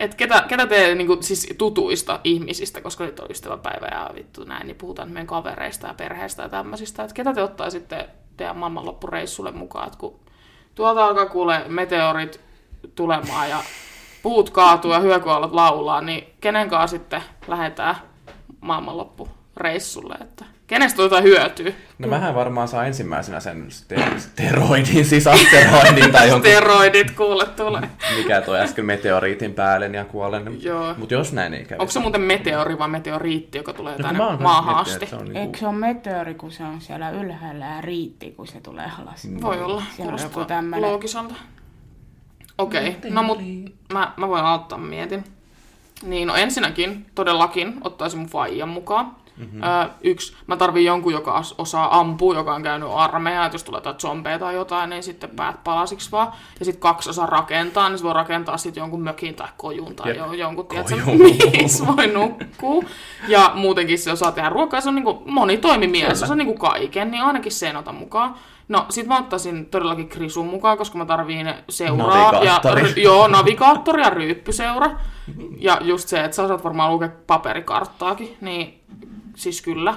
Speaker 1: Et ketä, ketä te niinku, siis tutuista ihmisistä, koska nyt on ystäväpäivä ja vittu näin, niin puhutaan meidän kavereista ja perheestä ja tämmöisistä. Et ketä te ottaisitte teidän maailmanloppureissulle mukaan, et kun tuolta alkaa kuule meteorit tulemaan ja puut kaatuu ja hyökyalat laulaa, niin kenen kanssa sitten lähdetään maailmanloppureissulle, että kenestä tuota hyötyy?
Speaker 2: No mähän varmaan saa ensimmäisenä sen ste- steroidin, siis asteroidin tai jonkun,
Speaker 1: Steroidit kuule tulee.
Speaker 2: mikä toi äsken meteoriitin päälle niin ja kuolen.
Speaker 1: Joo.
Speaker 2: Mutta jos näin ei käy. No
Speaker 1: Onko se muuten meteori vai meteoriitti, joka tulee
Speaker 2: kun
Speaker 1: tänne
Speaker 2: mä oon kanssa
Speaker 1: maahan
Speaker 2: miettinyt,
Speaker 1: asti?
Speaker 2: että se on
Speaker 3: Eikö
Speaker 2: niinku...
Speaker 3: se ole meteori, kun se on siellä ylhäällä ja riitti, kun se tulee alas?
Speaker 2: Mm.
Speaker 1: Voi olla,
Speaker 3: Siinä on joku
Speaker 1: kuulostaa
Speaker 3: tämmönen.
Speaker 1: loogiselta. Okei, okay. no mut mä, mä voin auttaa, mietin. Niin, no ensinnäkin todellakin ottaisin mun faijan mukaan. Mm-hmm. Öö, yksi, mä tarvin jonkun, joka as- osaa ampua, joka on käynyt armeijaa, että jos tulee jotain zombeja tai jotain, niin sitten päät palasiksi vaan. Ja sitten kaksi osaa rakentaa, niin se voi rakentaa sitten jonkun mökin tai kojun tai
Speaker 2: Jep.
Speaker 1: jo, jonkun, tiedätkö,
Speaker 2: Kojun.
Speaker 1: missä voi nukkuu. Ja muutenkin se osaa tehdä ruokaa, se on niinku monitoimimies, se on niinku kaiken, niin ainakin sen otan mukaan. No, sit mä ottaisin todellakin Krisun mukaan, koska mä tarviin seuraa. Ja,
Speaker 2: Navigaattori.
Speaker 1: ry- joo, navigaattori ja ryyppyseura. Ja just se, että sä osaat varmaan lukea paperikarttaakin, niin siis kyllä.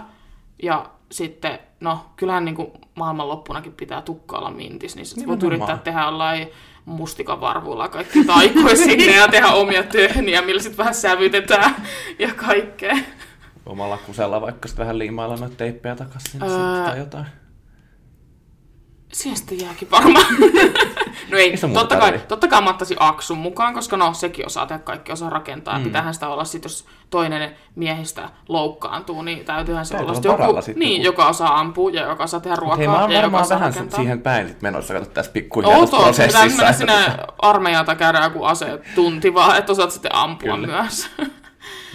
Speaker 1: Ja sitten, no, kyllähän niinku maailmanloppunakin pitää tukkailla mintis, niin sit voit
Speaker 2: Nimenomaan.
Speaker 1: yrittää tehdä jollain mustikan varvuilla kaikki taikoja sinne ja tehdä omia töhniä, millä sitten vähän sävytetään ja kaikkea.
Speaker 2: Omalla kusella vaikka sitten vähän liimailla noita teippejä takaisin sinne
Speaker 1: Öö.
Speaker 2: sitten tai jotain.
Speaker 1: Siihen sitten jääkin varmaan. no ei,
Speaker 2: Ei se muuta
Speaker 1: totta kai,
Speaker 2: tarvii.
Speaker 1: totta kai mä ottaisin Aksun mukaan, koska no sekin osaa tehdä kaikki, osaa rakentaa. Mm. Pitäähän sitä olla sitten, jos toinen miehistä loukkaantuu, niin täytyyhän se
Speaker 2: Täytyy
Speaker 1: olla
Speaker 2: olla
Speaker 1: sit joku,
Speaker 2: varalla sit
Speaker 1: niin,
Speaker 2: joku.
Speaker 1: joka osaa ampua ja joka osaa tehdä ruokaa
Speaker 2: Hei, mä oon
Speaker 1: ja joka
Speaker 2: varmaan
Speaker 1: osaa
Speaker 2: vähän
Speaker 1: rakentaa.
Speaker 2: siihen päin sit menossa, kato tässä pikkuhiljaa tässä
Speaker 1: Outoa, pitää mennä
Speaker 2: prosessissa.
Speaker 1: sinne armeijaan tai käydä joku asetunti vaan, että osaat sitten ampua
Speaker 2: Kyllä.
Speaker 1: myös.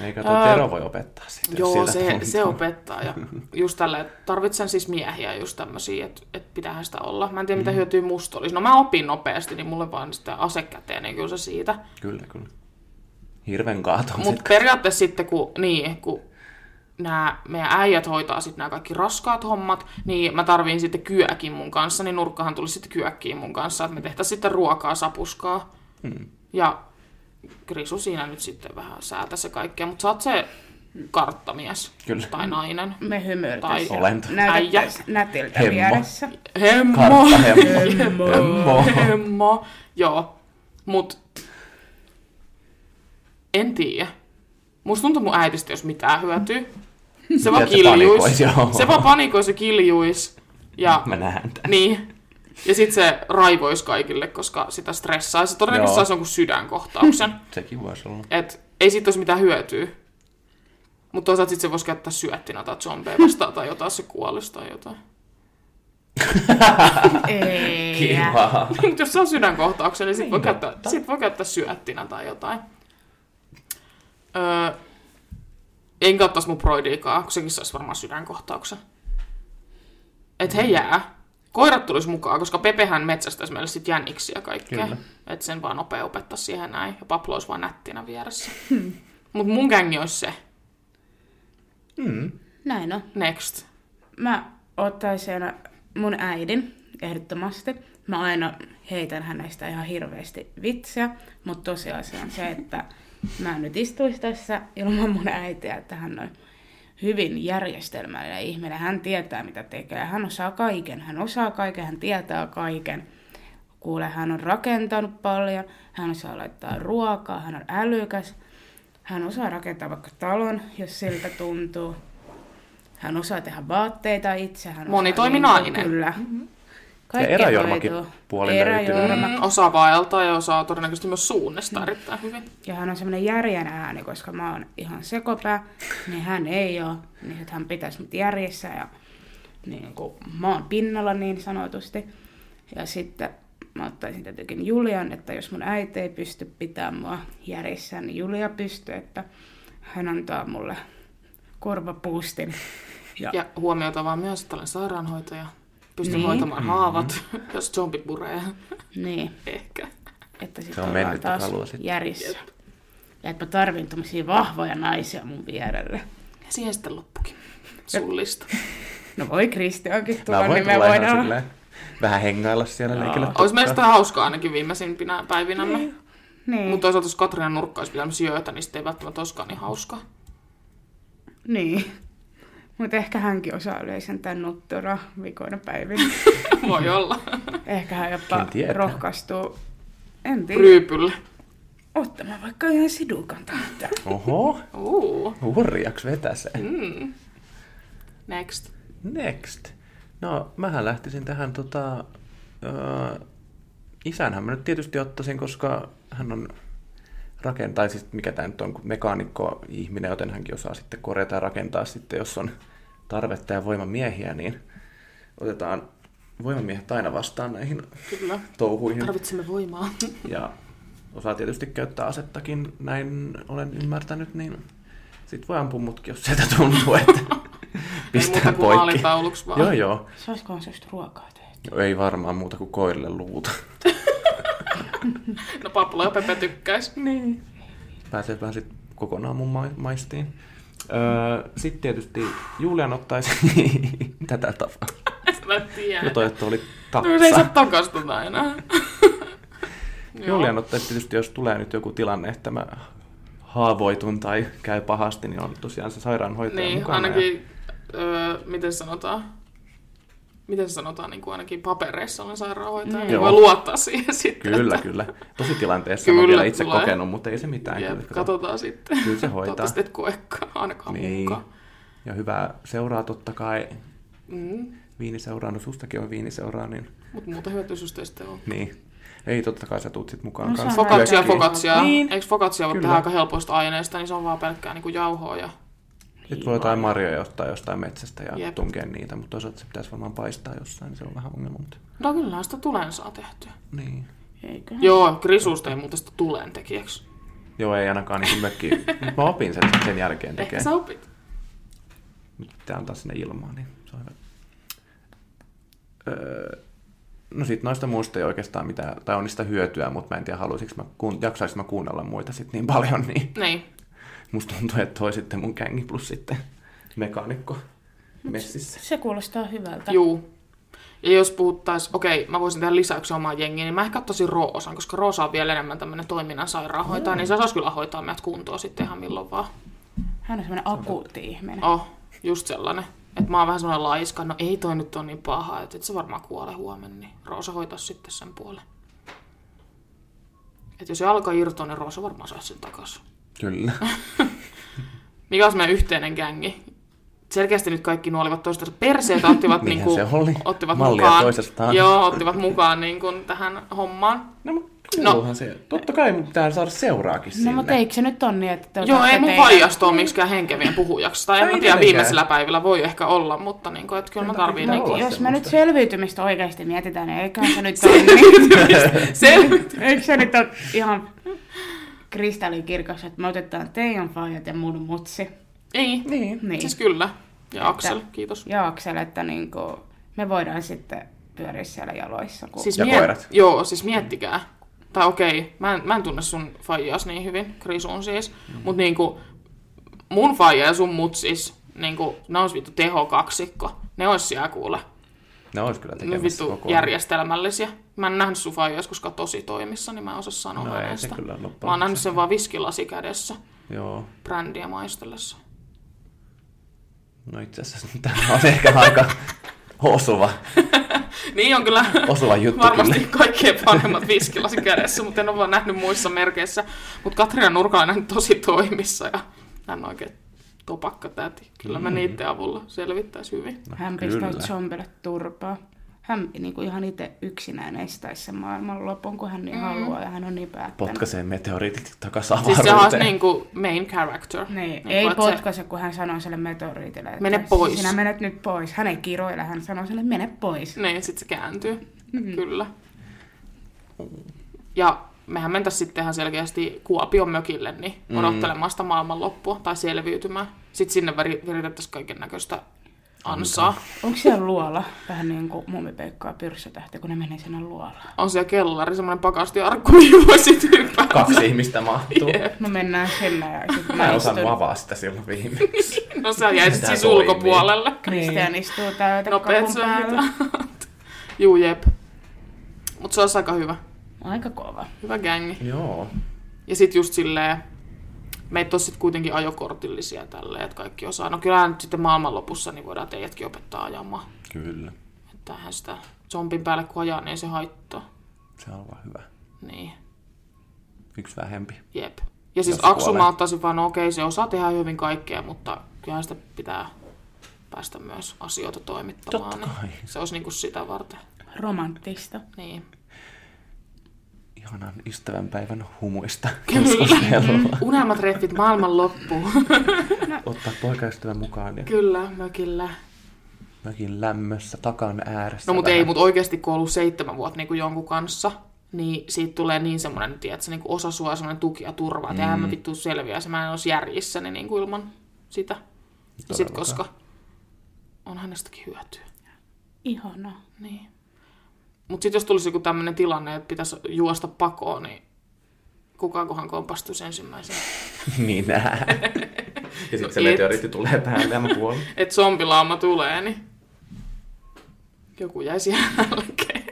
Speaker 2: Eikä tuo Tero voi opettaa sitten,
Speaker 1: Öö, Joo, se, se opettaa. Ja just tällä, että tarvitsen siis miehiä just tämmöisiä, että, että pitäähän sitä olla. Mä en tiedä, mitä
Speaker 2: Mm.
Speaker 1: hyötyä musta olisi. No mä opin nopeasti, niin mulle vaan sitä ase käteen, niin kyllä se siitä.
Speaker 2: Kyllä, kyllä. Hirven kaato on
Speaker 1: Mutta
Speaker 2: sit.
Speaker 1: periaatteessa sitten, kun, niin, kun nämä meidän äijät hoitaa sitten nämä kaikki raskaat hommat, niin mä tarviin sitten kyökin mun kanssa, niin nurkkahan tuli sitten kyökkiin mun kanssa, että me tehtäisiin sitten ruokaa, sapuskaa.
Speaker 2: Mm.
Speaker 1: Ja Krisu siinä nyt sitten vähän säätä se kaikkea, mutta sä oot se karttamies
Speaker 2: Kyllä.
Speaker 1: tai nainen.
Speaker 3: Me
Speaker 1: Tai-
Speaker 3: hymyiltäisiin.
Speaker 2: Olento.
Speaker 3: Näytettäisiin nätiltä
Speaker 2: Hemmo.
Speaker 3: vieressä.
Speaker 1: Hemmo!
Speaker 2: Kartta hemmo.
Speaker 3: Hemmo.
Speaker 2: Hemmo.
Speaker 1: Hemmo. Joo. Mut en tiedä. Musta tuntuu mun äitistä, jos mitään hyötyy. Se vaan
Speaker 2: Tiedät, se panikoisi,
Speaker 1: kiljuis.
Speaker 2: joo.
Speaker 1: Se vaan panikoisi ja kiljuis. Ja,
Speaker 2: Mä näen tämän.
Speaker 1: niin. ja sitten se raivois kaikille, koska sitä stressaa. Se todennäköisesti
Speaker 2: Joo.
Speaker 1: saisi jonkun sydänkohtauksen.
Speaker 2: Sekin voisi olla.
Speaker 1: Et ei siitä olisi mitään hyötyä. Mutta toisaalta sitten se voisi käyttää syöttinä tai zombeja vastaan tai jotain, se kuolisi tai jotain.
Speaker 3: Ei.
Speaker 1: Niin.
Speaker 2: Kiva.
Speaker 1: Mutta jos se on sydänkohtauksen, niin sitten voi,
Speaker 2: Niin,
Speaker 1: käyttää,
Speaker 2: totta.
Speaker 1: sit voi käyttää syöttinä tai jotain. Öö, en katsoisi mun broidiikaa, kun sekin saisi varmaan sydänkohtauksen. Et he jää. Koirat tulisi mukaan, koska Pepehän metsästäisi meille sitten jäniksiä kaikkea.
Speaker 2: Kyllä.
Speaker 1: Et sen vaan nopea opettaa siihen näin. Ja Pablo olisi vaan nättinä vieressä. Mut mun gängi olisi se.
Speaker 2: Mm.
Speaker 3: Näin on.
Speaker 1: Next.
Speaker 3: Mä ottaisin mun äidin ehdottomasti. Mä aina heitän hänestä ihan hirveästi vitsiä, mutta tosiasia on se, että mä nyt istuisi tässä ilman mun äitiä, että hän on hyvin järjestelmällinen ihminen. Hän tietää, mitä tekee. Hän osaa kaiken. Hän osaa kaiken. Hän tietää kaiken. Kuule, hän on rakentanut paljon. Hän osaa laittaa ruokaa. Hän on älykäs. Hän osaa rakentaa vaikka talon, jos siltä tuntuu. Hän osaa tehdä vaatteita itse. Hän osaa
Speaker 1: Monitoiminainen.
Speaker 3: niinku- Kyllä.
Speaker 2: Ja eräjormakin puoli löytyy.
Speaker 3: Eräjorma.
Speaker 1: Mm, osaa vaeltaa ja osaa todennäköisesti myös suunnistaa erittäin hyvin.
Speaker 3: Ja hän on semmoinen järjen ääni, koska mä oon ihan sekopää, niin hän ei ole, niin että hän pitäisi mut järjessä ja niin kuin, mä oon pinnalla niin sanotusti. Ja sitten mä ottaisin tietenkin Julian, että jos mun äiti ei pysty pitämään mua järjessä, niin Julia pystyy, että hän antaa mulle korvapuustin. Ja,
Speaker 1: Ja huomiota vaan myös, että olen sairaanhoitaja. Pystyn
Speaker 3: Niin.
Speaker 1: hoitamaan haavat, jos zombi puree.
Speaker 3: Niin,
Speaker 1: Ehkä.
Speaker 3: että
Speaker 2: Se
Speaker 3: sitten
Speaker 2: on
Speaker 3: ollaan
Speaker 2: mennyt
Speaker 3: taas
Speaker 2: kalua sitten.
Speaker 3: järjessä. Ja että mä tarvin tämmöisiä vahvoja naisia mun vierelle.
Speaker 1: Ja siihen sitten loppukin. Sullista.
Speaker 3: No voi Kristi onkin tulla,
Speaker 2: Mä voin
Speaker 3: niin me
Speaker 2: tulla ihan
Speaker 3: voidaan
Speaker 2: silleen, vähän hengailla siellä
Speaker 3: Joo.
Speaker 2: leikillä.
Speaker 1: Olisi meistä hauskaa ainakin viimeisimpinä päivinämme.
Speaker 3: Niin,
Speaker 1: Mutta
Speaker 3: Mutta...
Speaker 1: toisaalta jos Katrinan nurkka olisi pitänyt syötä, niin sitten ei välttämättä olisikaan niin hauskaa.
Speaker 3: niin. Mutta ehkä hänkin osaa yleisen tämän nuttura vikoina päivinä.
Speaker 1: Voi olla.
Speaker 3: ehkä hän jopa
Speaker 2: Ken tietää.
Speaker 3: rohkaistuu, en tiedä,
Speaker 1: Ryypyllä.
Speaker 3: ottamaan vaikka ihan sidukan täältä.
Speaker 2: Oho,
Speaker 1: Uu.
Speaker 2: hurjaks vetä se.
Speaker 1: Mm. Next.
Speaker 2: Next. No, mähän lähtisin tähän tota... Ö, isänhän mä nyt tietysti ottaisin, koska hän on rakentaa, siis mikä tämä nyt on, kun mekaanikko ihminen, joten hänkin osaa sitten korjata ja rakentaa sitten, jos on tarvetta ja voimamiehiä, niin otetaan voimamiehet aina vastaan näihin
Speaker 1: Kyllä.
Speaker 2: touhuihin.
Speaker 1: Tarvitsemme voimaa.
Speaker 2: Ja osaa tietysti käyttää asettakin, näin olen ymmärtänyt, niin sit voi ampua mutkin, jos sieltä tuntuu, että
Speaker 1: ei muuta
Speaker 2: pistää
Speaker 1: kuin
Speaker 2: poikki.
Speaker 1: maalitauluksi vaan.
Speaker 2: Joo, joo.
Speaker 3: Saisikohan se just ruokaa tehty?
Speaker 2: No, ei varmaan muuta kuin koirille luuta.
Speaker 1: No Pablo ja Pepe tykkäis.
Speaker 2: Niin. Pääseepä sitten kokonaan mun ma- maistiin. Öö, sitten tietysti Julian ottaisi tätä tapaa.
Speaker 1: Mä tiedän.
Speaker 2: No toi, että oli
Speaker 1: No se ei saa
Speaker 2: tapsa.
Speaker 1: takaisin tota enää.
Speaker 2: Julian ottaisi tietysti, jos tulee nyt joku tilanne, että mä haavoitun tai käy pahasti, niin on tosiaan se sairaanhoitaja
Speaker 1: Niin,
Speaker 2: mukana. Ja...
Speaker 1: ainakin, öö, miten se sanotaan, miten se sanotaan, niin kuin ainakin papereissa olen sairaanhoitaja,
Speaker 3: Mm.
Speaker 1: niin
Speaker 2: Joo.
Speaker 1: voi luottaa siihen sitten.
Speaker 2: Kyllä, kyllä. Tosi tilanteessa mä oon
Speaker 1: Kyllä
Speaker 2: vielä itse
Speaker 1: tulee.
Speaker 2: kokenut, mutta ei se mitään.
Speaker 1: Jep,
Speaker 2: Kyllä, kato.
Speaker 1: katsotaan sitten.
Speaker 2: Kyllä se hoitaa.
Speaker 1: Toivottavasti et koekaan, ainakaan niin.
Speaker 2: Niin.
Speaker 1: mukaan.
Speaker 2: Ja hyvää seuraa totta kai.
Speaker 1: Mm.
Speaker 2: Viiniseuraa, no sustakin on viiniseuraa, niin...
Speaker 1: Mutta muuta hyötyä susta ei sitten ole.
Speaker 2: niin. Ei, totta kai sä tuut sit mukaan
Speaker 3: No,
Speaker 2: no,
Speaker 3: se
Speaker 2: kanssa.
Speaker 3: on
Speaker 1: Fokatsia,
Speaker 3: Kaikki.
Speaker 1: fokatsia. Niin.
Speaker 2: Niin.
Speaker 1: Eikö fokatsia voi
Speaker 2: Kyllä.
Speaker 1: tehdä aika helpoista aineista, niin se on vaan pelkkää niin kuin jauhoa ja
Speaker 2: Sitten voi jotain marjoja ottaa jostain metsästä ja
Speaker 1: Jep.
Speaker 2: Jep. tunkea niitä, mutta toisaalta se pitäisi varmaan paistaa jossain, niin se on vähän ongelma, mutta...
Speaker 1: No kyllä sitä tulen saa tehtyä.
Speaker 2: Niin.
Speaker 3: Eikö?
Speaker 1: Joo, Krisusta ei muuten sitä tulen tekijäksi.
Speaker 2: Joo, ei ainakaan niin mökki. Mut mä opin sen sen jälkeen
Speaker 1: Ehkä
Speaker 2: tekee.
Speaker 1: sä opit.
Speaker 2: Nyt pitää antaa sinne ilmaan, niin se on hyvä. Öö, no sit noista muista ei oikeastaan mitään, tai on niistä hyötyä, mutta mä en tiedä haluaisinko mä, kuun, jaksaisinko mä kuunnella muita sit niin paljon, niin
Speaker 1: Niin.
Speaker 2: musta tuntuu, että toi sitten mun kängi plus sitten mekaanikko messissä.
Speaker 3: Se kuulostaa hyvältä.
Speaker 1: Juu. Ja jos puhuttais, okei, mä voisin tehdä lisäksi omaa jengiä, niin mä ehkä ottaisin Roosan, koska Roosa on vielä enemmän tämmönen toiminnan sairaanhoitaja, niin se osaisi kyllä hoitaa meidät kuntoon sitten ihan milloin vaan.
Speaker 3: Hän on semmoinen akuutti ihminen.
Speaker 1: Oh, just sellainen. Että mä oon vähän semmoinen laiska, no ei toi nyt ole niin paha, että et se varmaan kuole huomenna, niin Roosa hoitaa sitten sen puolen. Että jos se alkaa irtoa, niin Roosa varmaan saisi sen takaisin.
Speaker 2: Kyllä.
Speaker 1: Mikä olisi meidän yhteinen gängi? selkeästi nyt kaikki nuo olivat toistensa perseet, ottivat, niin
Speaker 2: Niinhän
Speaker 1: kuin,
Speaker 2: se oli.
Speaker 1: ottivat
Speaker 2: Mallia
Speaker 1: mukaan,
Speaker 2: toisestaan.
Speaker 1: joo, ottivat mukaan niin kuin, tähän hommaan.
Speaker 2: No, mutta kuuluuhan no. se. Totta kai mun pitää saada seuraakin
Speaker 3: No
Speaker 2: sinne.
Speaker 3: mutta eikö se nyt on niin, että... te
Speaker 1: Joo,
Speaker 3: otatte
Speaker 1: ei mun
Speaker 3: teidän-
Speaker 1: vaijastu ole miksikään henkevien puhujaksi. Tai en
Speaker 2: Ei
Speaker 1: mä tiedä,
Speaker 2: tietenkään.
Speaker 1: viimeisillä päivillä voi ehkä olla, mutta niin kuin, että kyllä mä
Speaker 2: Sen takia
Speaker 1: tarviin
Speaker 2: pitää
Speaker 1: niin kuin,
Speaker 2: olla.
Speaker 3: No, Jos me nyt
Speaker 2: semmoista.
Speaker 3: selviytymistä oikeasti mietitään, niin eiköhän se nyt ole niin.
Speaker 1: selvitä.
Speaker 3: Eikö se nyt ole ihan kristallinkirkas, että me otetaan teidän vaijat ja mun mutsi
Speaker 1: Ei,
Speaker 2: Niin.
Speaker 3: Niin.
Speaker 1: siis kyllä. Ja Aksel, kiitos.
Speaker 3: ja Aksel, että niin kuin, me voidaan sitten pyöriä siellä jaloissa. Kun...
Speaker 1: Siis
Speaker 2: Ja koirat.
Speaker 1: Joo, siis miettikää. Tai okei, mä en, mä en tunne sun faijaas niin hyvin, Krisun siis. Mm. Mutta niinku, mun faija ja sun mutsis, niinku, ne olisi vittu tehokaksikko. Ne olisi siellä kuule.
Speaker 2: Ne olisi kyllä
Speaker 1: Ne
Speaker 2: tekemässä
Speaker 1: vittu
Speaker 2: koko ajan.
Speaker 1: järjestelmällisiä. Mä en nähnyt sun faijaa joskus tosi toimissa, niin mä en osaa sanoa
Speaker 2: No ei se
Speaker 1: hänestä.
Speaker 2: kyllä loppujen
Speaker 1: Mä oon nähnyt
Speaker 2: lopuksi.
Speaker 1: sen vaan viskilasi kädessä,
Speaker 2: Joo.
Speaker 1: brändiä maistellessa.
Speaker 2: No itse asiassa tämä on ehkä aika osuva,
Speaker 1: Niin on kyllä
Speaker 2: osuva juttu
Speaker 1: varmasti
Speaker 2: kyllä.
Speaker 1: kaikkien vanhemmat viskilasi kädessä, mutta en ole vaan nähnyt muissa merkeissä. Mutta Katriina Nurkalainen on tosi toimissa ja hän on oikein topakkatäti. Kyllä mä niiden avulla selvittäisi hyvin.
Speaker 2: No,
Speaker 3: Hän
Speaker 2: kyllä.
Speaker 3: pistää zombille turpaa. Hän niin kuin ihan itse yksinään estäisi sen maailmanlopun, kun hän niin mm. haluaa ja hän on niin päättänyt.
Speaker 2: Potkaisee meteoriitit takaisin
Speaker 1: Siis sehän olisi
Speaker 2: avaruuteen.
Speaker 1: niin kuin main character.
Speaker 3: Niin, niin,
Speaker 1: kuin,
Speaker 3: ei
Speaker 1: että se-
Speaker 3: potkaise, kun hän sanoo sille meteoriitille, että
Speaker 1: Mene pois.
Speaker 3: sinä menet nyt pois. Hän ei kiroile, hän sanoo sille, mene pois.
Speaker 1: Niin, sitten se kääntyy. Mm-hmm. Kyllä. Ja mehän mentäisiin sitten ihan selkeästi Kuopion mökille, niin odottelemaan sitä maailmanloppua tai selviytymään. Sitten sinne veri- viritettäisiin kaiken näköistä ansaa.
Speaker 3: Onko siellä luola? Vähän niin kuin mumipeikkoa pyrssätähti, kun ne menee sinne luolaan.
Speaker 1: On siellä kellari, semmoinen pakastiarkku, mihin voi sitten hypätä.
Speaker 2: Kaksi ihmistä mahtuu.
Speaker 1: Jep.
Speaker 3: No mennään sinne ja sitten
Speaker 2: Mä
Speaker 3: mä
Speaker 2: en osannut
Speaker 3: istun.
Speaker 2: avaa sitä silloin viimeksi.
Speaker 1: No sä jäisit
Speaker 2: Tää
Speaker 1: siis
Speaker 2: toimii.
Speaker 1: ulkopuolelle.
Speaker 3: niin?
Speaker 1: Niin.
Speaker 3: Kristian istuu täältä
Speaker 1: Nopeet
Speaker 3: kakun päällä.
Speaker 1: soitat. Juu, jep. Mut se olisi aika hyvä.
Speaker 3: Aika kova.
Speaker 1: Hyvä gängi.
Speaker 2: Joo.
Speaker 1: Ja sit just silleen, meitä on sit kuitenkin ajokortillisia tälleen, että kaikki osaa. No kyllähän nyt sitten maailman lopussa niin voidaan teidätkin opettaa ajamaan.
Speaker 2: Kyllä.
Speaker 1: Tähän sitä zombin päälle kun ajaa, niin ei se haittaa.
Speaker 2: Se on vaan hyvä.
Speaker 1: Niin,
Speaker 2: Yksi vähempi.
Speaker 1: jep. Ja siis
Speaker 2: Jos
Speaker 1: Aksu mä
Speaker 2: kuolee.
Speaker 1: ottaisin vaan, no okei, se osaa tehdä hyvin kaikkea, mutta kyllähän sitä pitää päästä myös asioita toimittamaan.
Speaker 2: Totta kai.
Speaker 1: Niin se olisi niinku sitä varten.
Speaker 3: Romanttista.
Speaker 1: Niin.
Speaker 2: Ihanan ystävänpäivän humuista.
Speaker 1: Kyllä.
Speaker 2: Kyllä.
Speaker 1: Unelmatreffit maailman loppu.
Speaker 2: Ottaa poikaystävän mukaan ja
Speaker 1: Kyllä, mökillä.
Speaker 2: mökin lämmössä takan ääressä.
Speaker 1: No mut
Speaker 2: vähän.
Speaker 1: ei, mut oikeasti kun on ollut seitsemän vuotta niin kuin jonkun kanssa, niin siitä tulee niin semmoinen, tiedätkö, niin osa sua semmoinen tuki ja turva, että
Speaker 2: Mm.
Speaker 1: eihän mä vittu selviäisi, mä en olisi järjissäni niin kuin ilman sitä. Ja sit
Speaker 2: Todellakaan.
Speaker 1: koska on hänestäkin hyötyä.
Speaker 3: Ihanaa.
Speaker 1: Niin. Mut sit jos tulisi joku tämmöinen tilanne, että pitäisi juosta pakoon, niin kukaankohan kompastuisi ensimmäisenä?
Speaker 2: Minä. niin ja sitten se
Speaker 1: No et.
Speaker 2: meteoriitti tulee päälle ja mä kuolen.
Speaker 1: Et zombilaama tulee, niin joku jäisi jälkeen.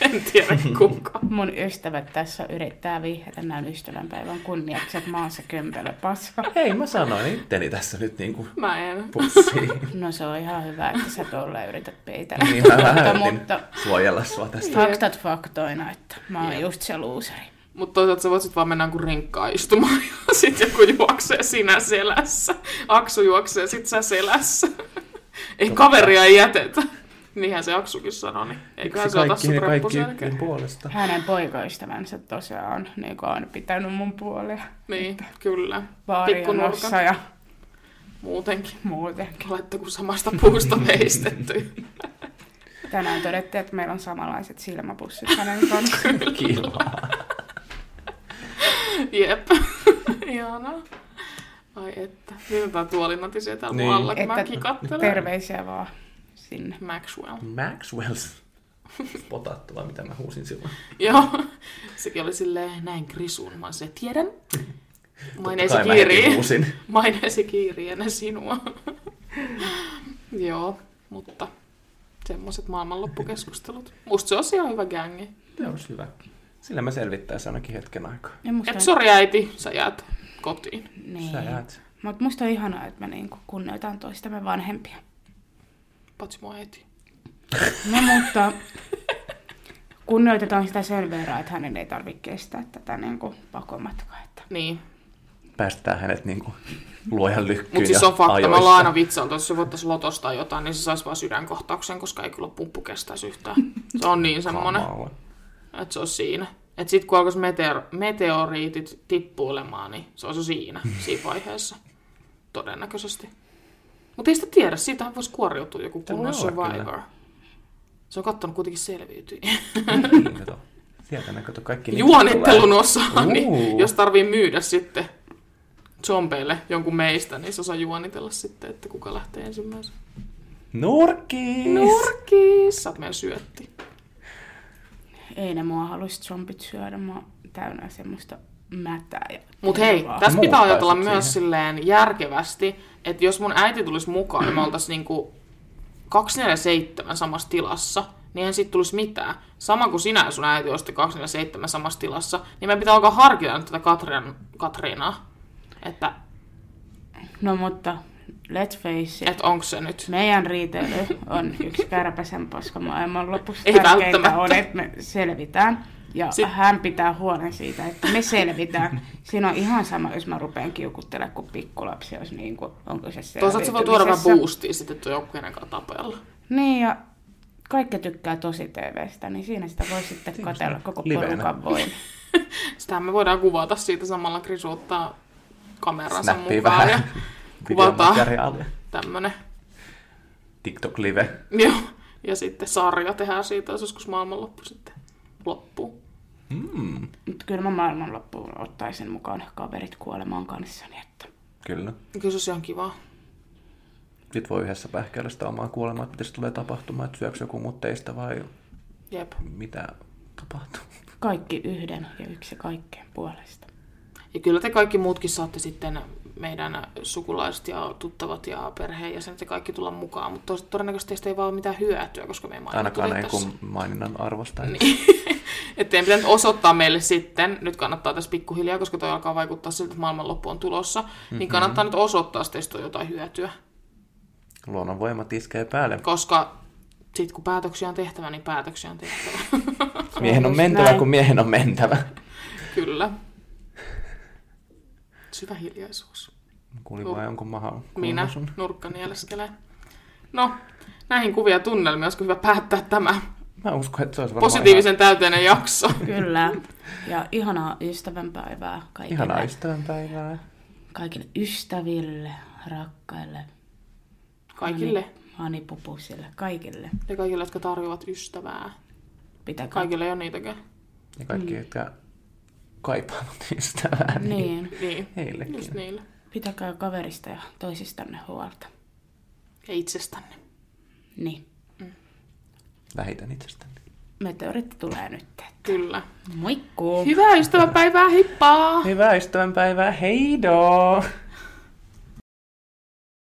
Speaker 1: En tiedä kuka.
Speaker 3: Mun ystävät tässä yrittää vihjätä näin ystävänpäivän kunniaksi, että maassa kömpelö paska.
Speaker 2: Hei, mä sanoin itteni tässä nyt niinku
Speaker 1: Mä en.
Speaker 2: pussiin.
Speaker 3: No se on ihan hyvä, että sä tuolla yrität peitellä.
Speaker 2: Niin mä
Speaker 3: mutta,
Speaker 2: yritin
Speaker 3: mutta
Speaker 2: suojella sua tästä.
Speaker 3: faktat faktoina, että mä oon just se luuseri.
Speaker 1: Mutta toisaalta sä voit sit vaan mennä kuin rinkkaan istumaan ja sit joku juoksee sinä selässä. Aksu juoksee sit sä selässä. Ei kaveria ei jätetä. Niinhän se Aksukin sanoi, niin eiköhän
Speaker 2: Miksi
Speaker 1: se ota
Speaker 2: kaikki,
Speaker 1: sut
Speaker 2: kaikki
Speaker 1: reppuselkään.
Speaker 2: ykkönen puolesta?
Speaker 3: Hänen poikaystävänsä tosiaan niin kuin on pitänyt mun puolia
Speaker 1: Niin, kyllä. Pikkunurkat
Speaker 3: vaarionossa ja
Speaker 1: muutenkin.
Speaker 3: muutenkin.
Speaker 1: Olette kuin samasta puusta veistetty.
Speaker 3: Tänään todettiin, että meillä on samanlaiset silmäpussit hänen kanssaan.
Speaker 2: Kiva.
Speaker 1: Jep. Ihanaa. Ai että. Niin tää tuoli natisee täällä
Speaker 2: Niin.
Speaker 1: niin. alla, kun mä
Speaker 3: Että
Speaker 1: kikattelen.
Speaker 3: terveisiä vaan sinne.
Speaker 1: Maxwell.
Speaker 2: Maxwells. Potattava, mitä mä huusin silloin.
Speaker 1: Joo. Sekin oli silleen, näin krisun. Mä se tiedän. Maineesi
Speaker 2: Totta kai mä heti
Speaker 1: kiirii.
Speaker 2: huusin.
Speaker 1: Maineesi kiirii ennen sinua. Joo, mutta semmoiset maailmanloppukeskustelut. Musta se on ihan hyvä gängi.
Speaker 2: Se olisi hyvä. Sillä mä selvittäisin ainakin hetken aikaa.
Speaker 3: Ja musta
Speaker 1: Et sori äiti, sä jäät kotiin.
Speaker 3: niin.
Speaker 2: Sä jäät.
Speaker 3: Mutta musta on ihanaa, että me niinku kunnioitaan toistamme vanhempia.
Speaker 1: Patsi mua äiti.
Speaker 3: No mutta kunnioitetaan sitä sen verran, että hänen ei tarvitse kestää tätä niinku pakomatkaa. Että
Speaker 1: Niin,
Speaker 2: päästään hänet niin kuin luojan lykkyyn
Speaker 1: Mutta siis
Speaker 2: ja
Speaker 1: on fakta, me
Speaker 2: ajoissa.
Speaker 1: ollaan aina vitsailtu, että jos se voittaisi lotosta jotain, niin se saisi vaan sydänkohtauksen, koska ei kyllä pumppu kestäisi yhtään. Se on niin semmoinen,
Speaker 2: Kamala.
Speaker 1: että se on siinä. Että sitten kun alkaisi meteor- meteoriitit tippuilemaan, niin se olisi siinä, siinä vaiheessa. Todennäköisesti. Mutta ei sitä tiedä, siitähän voisi kuoriutua joku
Speaker 2: Tämä voi
Speaker 1: kunnon
Speaker 2: olla kyllä.
Speaker 1: survivor. Se on kattonut kuitenkin selviytyä.
Speaker 2: Niin, kato. Sieltä ne kato kaikki nimet
Speaker 1: Juonittelun
Speaker 2: tulee.
Speaker 1: osaa, niin
Speaker 2: Uu.
Speaker 1: jos tarvii myydä sitten zombeille jonkun meistä, niin se osaa juonitella sitten, että kuka lähtee ensimmäisenä.
Speaker 2: Nurkis!
Speaker 1: Nurkis! Sä oot meidän syötti.
Speaker 3: Ei ne mua haluaisi zombit syödä, mä oon täynnä semmoista mätää. Ja
Speaker 1: Mut hei,
Speaker 3: Vaan.
Speaker 1: tässä
Speaker 2: Muut
Speaker 1: pitää ajatella
Speaker 2: pääset
Speaker 1: myös
Speaker 2: siihen.
Speaker 1: silleen järkevästi, että jos mun äiti tulisi mukaan ja me oltais niinku 247 samassa tilassa, niin en sit tulisi mitään. Sama kuin sinä ja sun äiti olisitte 247 samassa tilassa, niin meidän pitää alkaa harkita nyt tätä Katrian, Katriinaa. Että,
Speaker 3: No mutta, let's face it.
Speaker 1: että onko se nyt.
Speaker 3: Meidän riitely on yksi kärpäsen paska maailman lopussa.
Speaker 1: Ei
Speaker 3: Tärkeintä
Speaker 1: välttämättä.
Speaker 3: on, että me selvitään. Ja
Speaker 1: Sit-
Speaker 3: Sit... hän pitää huolen siitä, että me selvitään. Siinä on ihan sama, jos mä rupean kiukuttelemaan kuin pikkulapsi, jos niin kuin, onko se
Speaker 1: Toisaalta se voi tuoda vähän
Speaker 3: selviytymisessä.
Speaker 1: boostia sitten, että on joku kenen kanssa tapella.
Speaker 3: Niin ja kaikki tykkää tosi TVstä, niin siinä sitä voi sitten katella koko
Speaker 2: Livenä.
Speaker 3: porukan voin.
Speaker 1: Sitähän me voidaan kuvata siitä samalla krisuuttaa kameransa
Speaker 2: Snappii
Speaker 1: mukaan
Speaker 2: vähän.
Speaker 1: ja kuvataan
Speaker 2: videomateriaalia.
Speaker 1: tämmönen.
Speaker 2: TikTok-live.
Speaker 1: Joo. Ja sitten sarja tehdään siitä, jos joskus maailmanloppu sitten loppuu.
Speaker 2: Mm,
Speaker 3: Mutta kyllä mä maailmanloppuun ottaisin mukaan kaverit kuolemaan kanssani, että
Speaker 2: kyllä.
Speaker 1: Kyllä se olisi ihan kivaa.
Speaker 2: Sitten voi yhdessä pähkäillä sitä omaa kuolemaa, että mitä se tulee tapahtumaan, että syöks joku muut teistä vai
Speaker 1: Jep.
Speaker 2: mitä tapahtuu.
Speaker 3: kaikki yhden ja yksi kaikkien puolesta.
Speaker 1: Ja kyllä te kaikki muutkin saatte sitten meidän sukulaiset ja tuttavat ja perheenjäsenet ja kaikki tulla mukaan, mutta tos- todennäköisesti teistä ei vaan ole mitään hyötyä, koska me ei mainittu
Speaker 2: Ainakaan ei
Speaker 1: tässä.
Speaker 2: kun maininnan arvosta. Niin.
Speaker 1: Että teidän pitää nyt osoittaa meille sitten, nyt kannattaa tässä pikkuhiljaa, koska toi alkaa vaikuttaa siltä, että maailmanloppu on tulossa, mm-hmm.
Speaker 2: Mhm.
Speaker 1: niin kannattaa nyt osoittaa, jos teistä on jotain hyötyä.
Speaker 2: Luonnonvoimat iskee päälle.
Speaker 1: Koska sitten kun päätöksiä on tehtävä, niin päätöksiä on tehtävä.
Speaker 2: Miehen on
Speaker 3: Just
Speaker 2: mentävä,
Speaker 3: näin.
Speaker 2: kun miehen on mentävä.
Speaker 1: Kyllä. Syvä hiljaisuus.
Speaker 2: Kuulin
Speaker 1: Tuo-
Speaker 2: vaan jonkun maha.
Speaker 1: Minä
Speaker 2: Sun.
Speaker 1: nurkkani eleskelee. No, näihin kuvia ja tunnelmia olisiko hyvä päättää tämä
Speaker 2: Mä uskon, että se olisi varmaan
Speaker 1: positiivisen täyteinen jakso.
Speaker 3: Kyllä. Ja ihanaa ystävänpäivää kaikille,
Speaker 2: ihan, ihanaa ystävänpäivää.
Speaker 3: kaikille ystäville, rakkaille,
Speaker 1: Kaikille
Speaker 3: hani- hanipupusille, kaikille.
Speaker 1: ja kaikille, jotka tarjoavat ystävää.
Speaker 3: Pitäkää.
Speaker 1: Kaikille ei ole niitäkään.
Speaker 2: Ja kaikki, jotka kaipaavat ystävää, niin, niin.
Speaker 3: Niin,
Speaker 1: Niin, just
Speaker 2: heillekin. Niin.
Speaker 1: niille.
Speaker 3: pitäkää kaverista ja toisistanne huolta.
Speaker 1: Ja itsestänne.
Speaker 3: Niin,
Speaker 2: Vähitän itsestäni.
Speaker 3: meteorit tulee nyt.
Speaker 1: Kyllä.
Speaker 3: Moikkuu!
Speaker 1: Hyvää ystäväpäivää, hippaa!
Speaker 2: Hyvää ystävänpäivää, heidoo!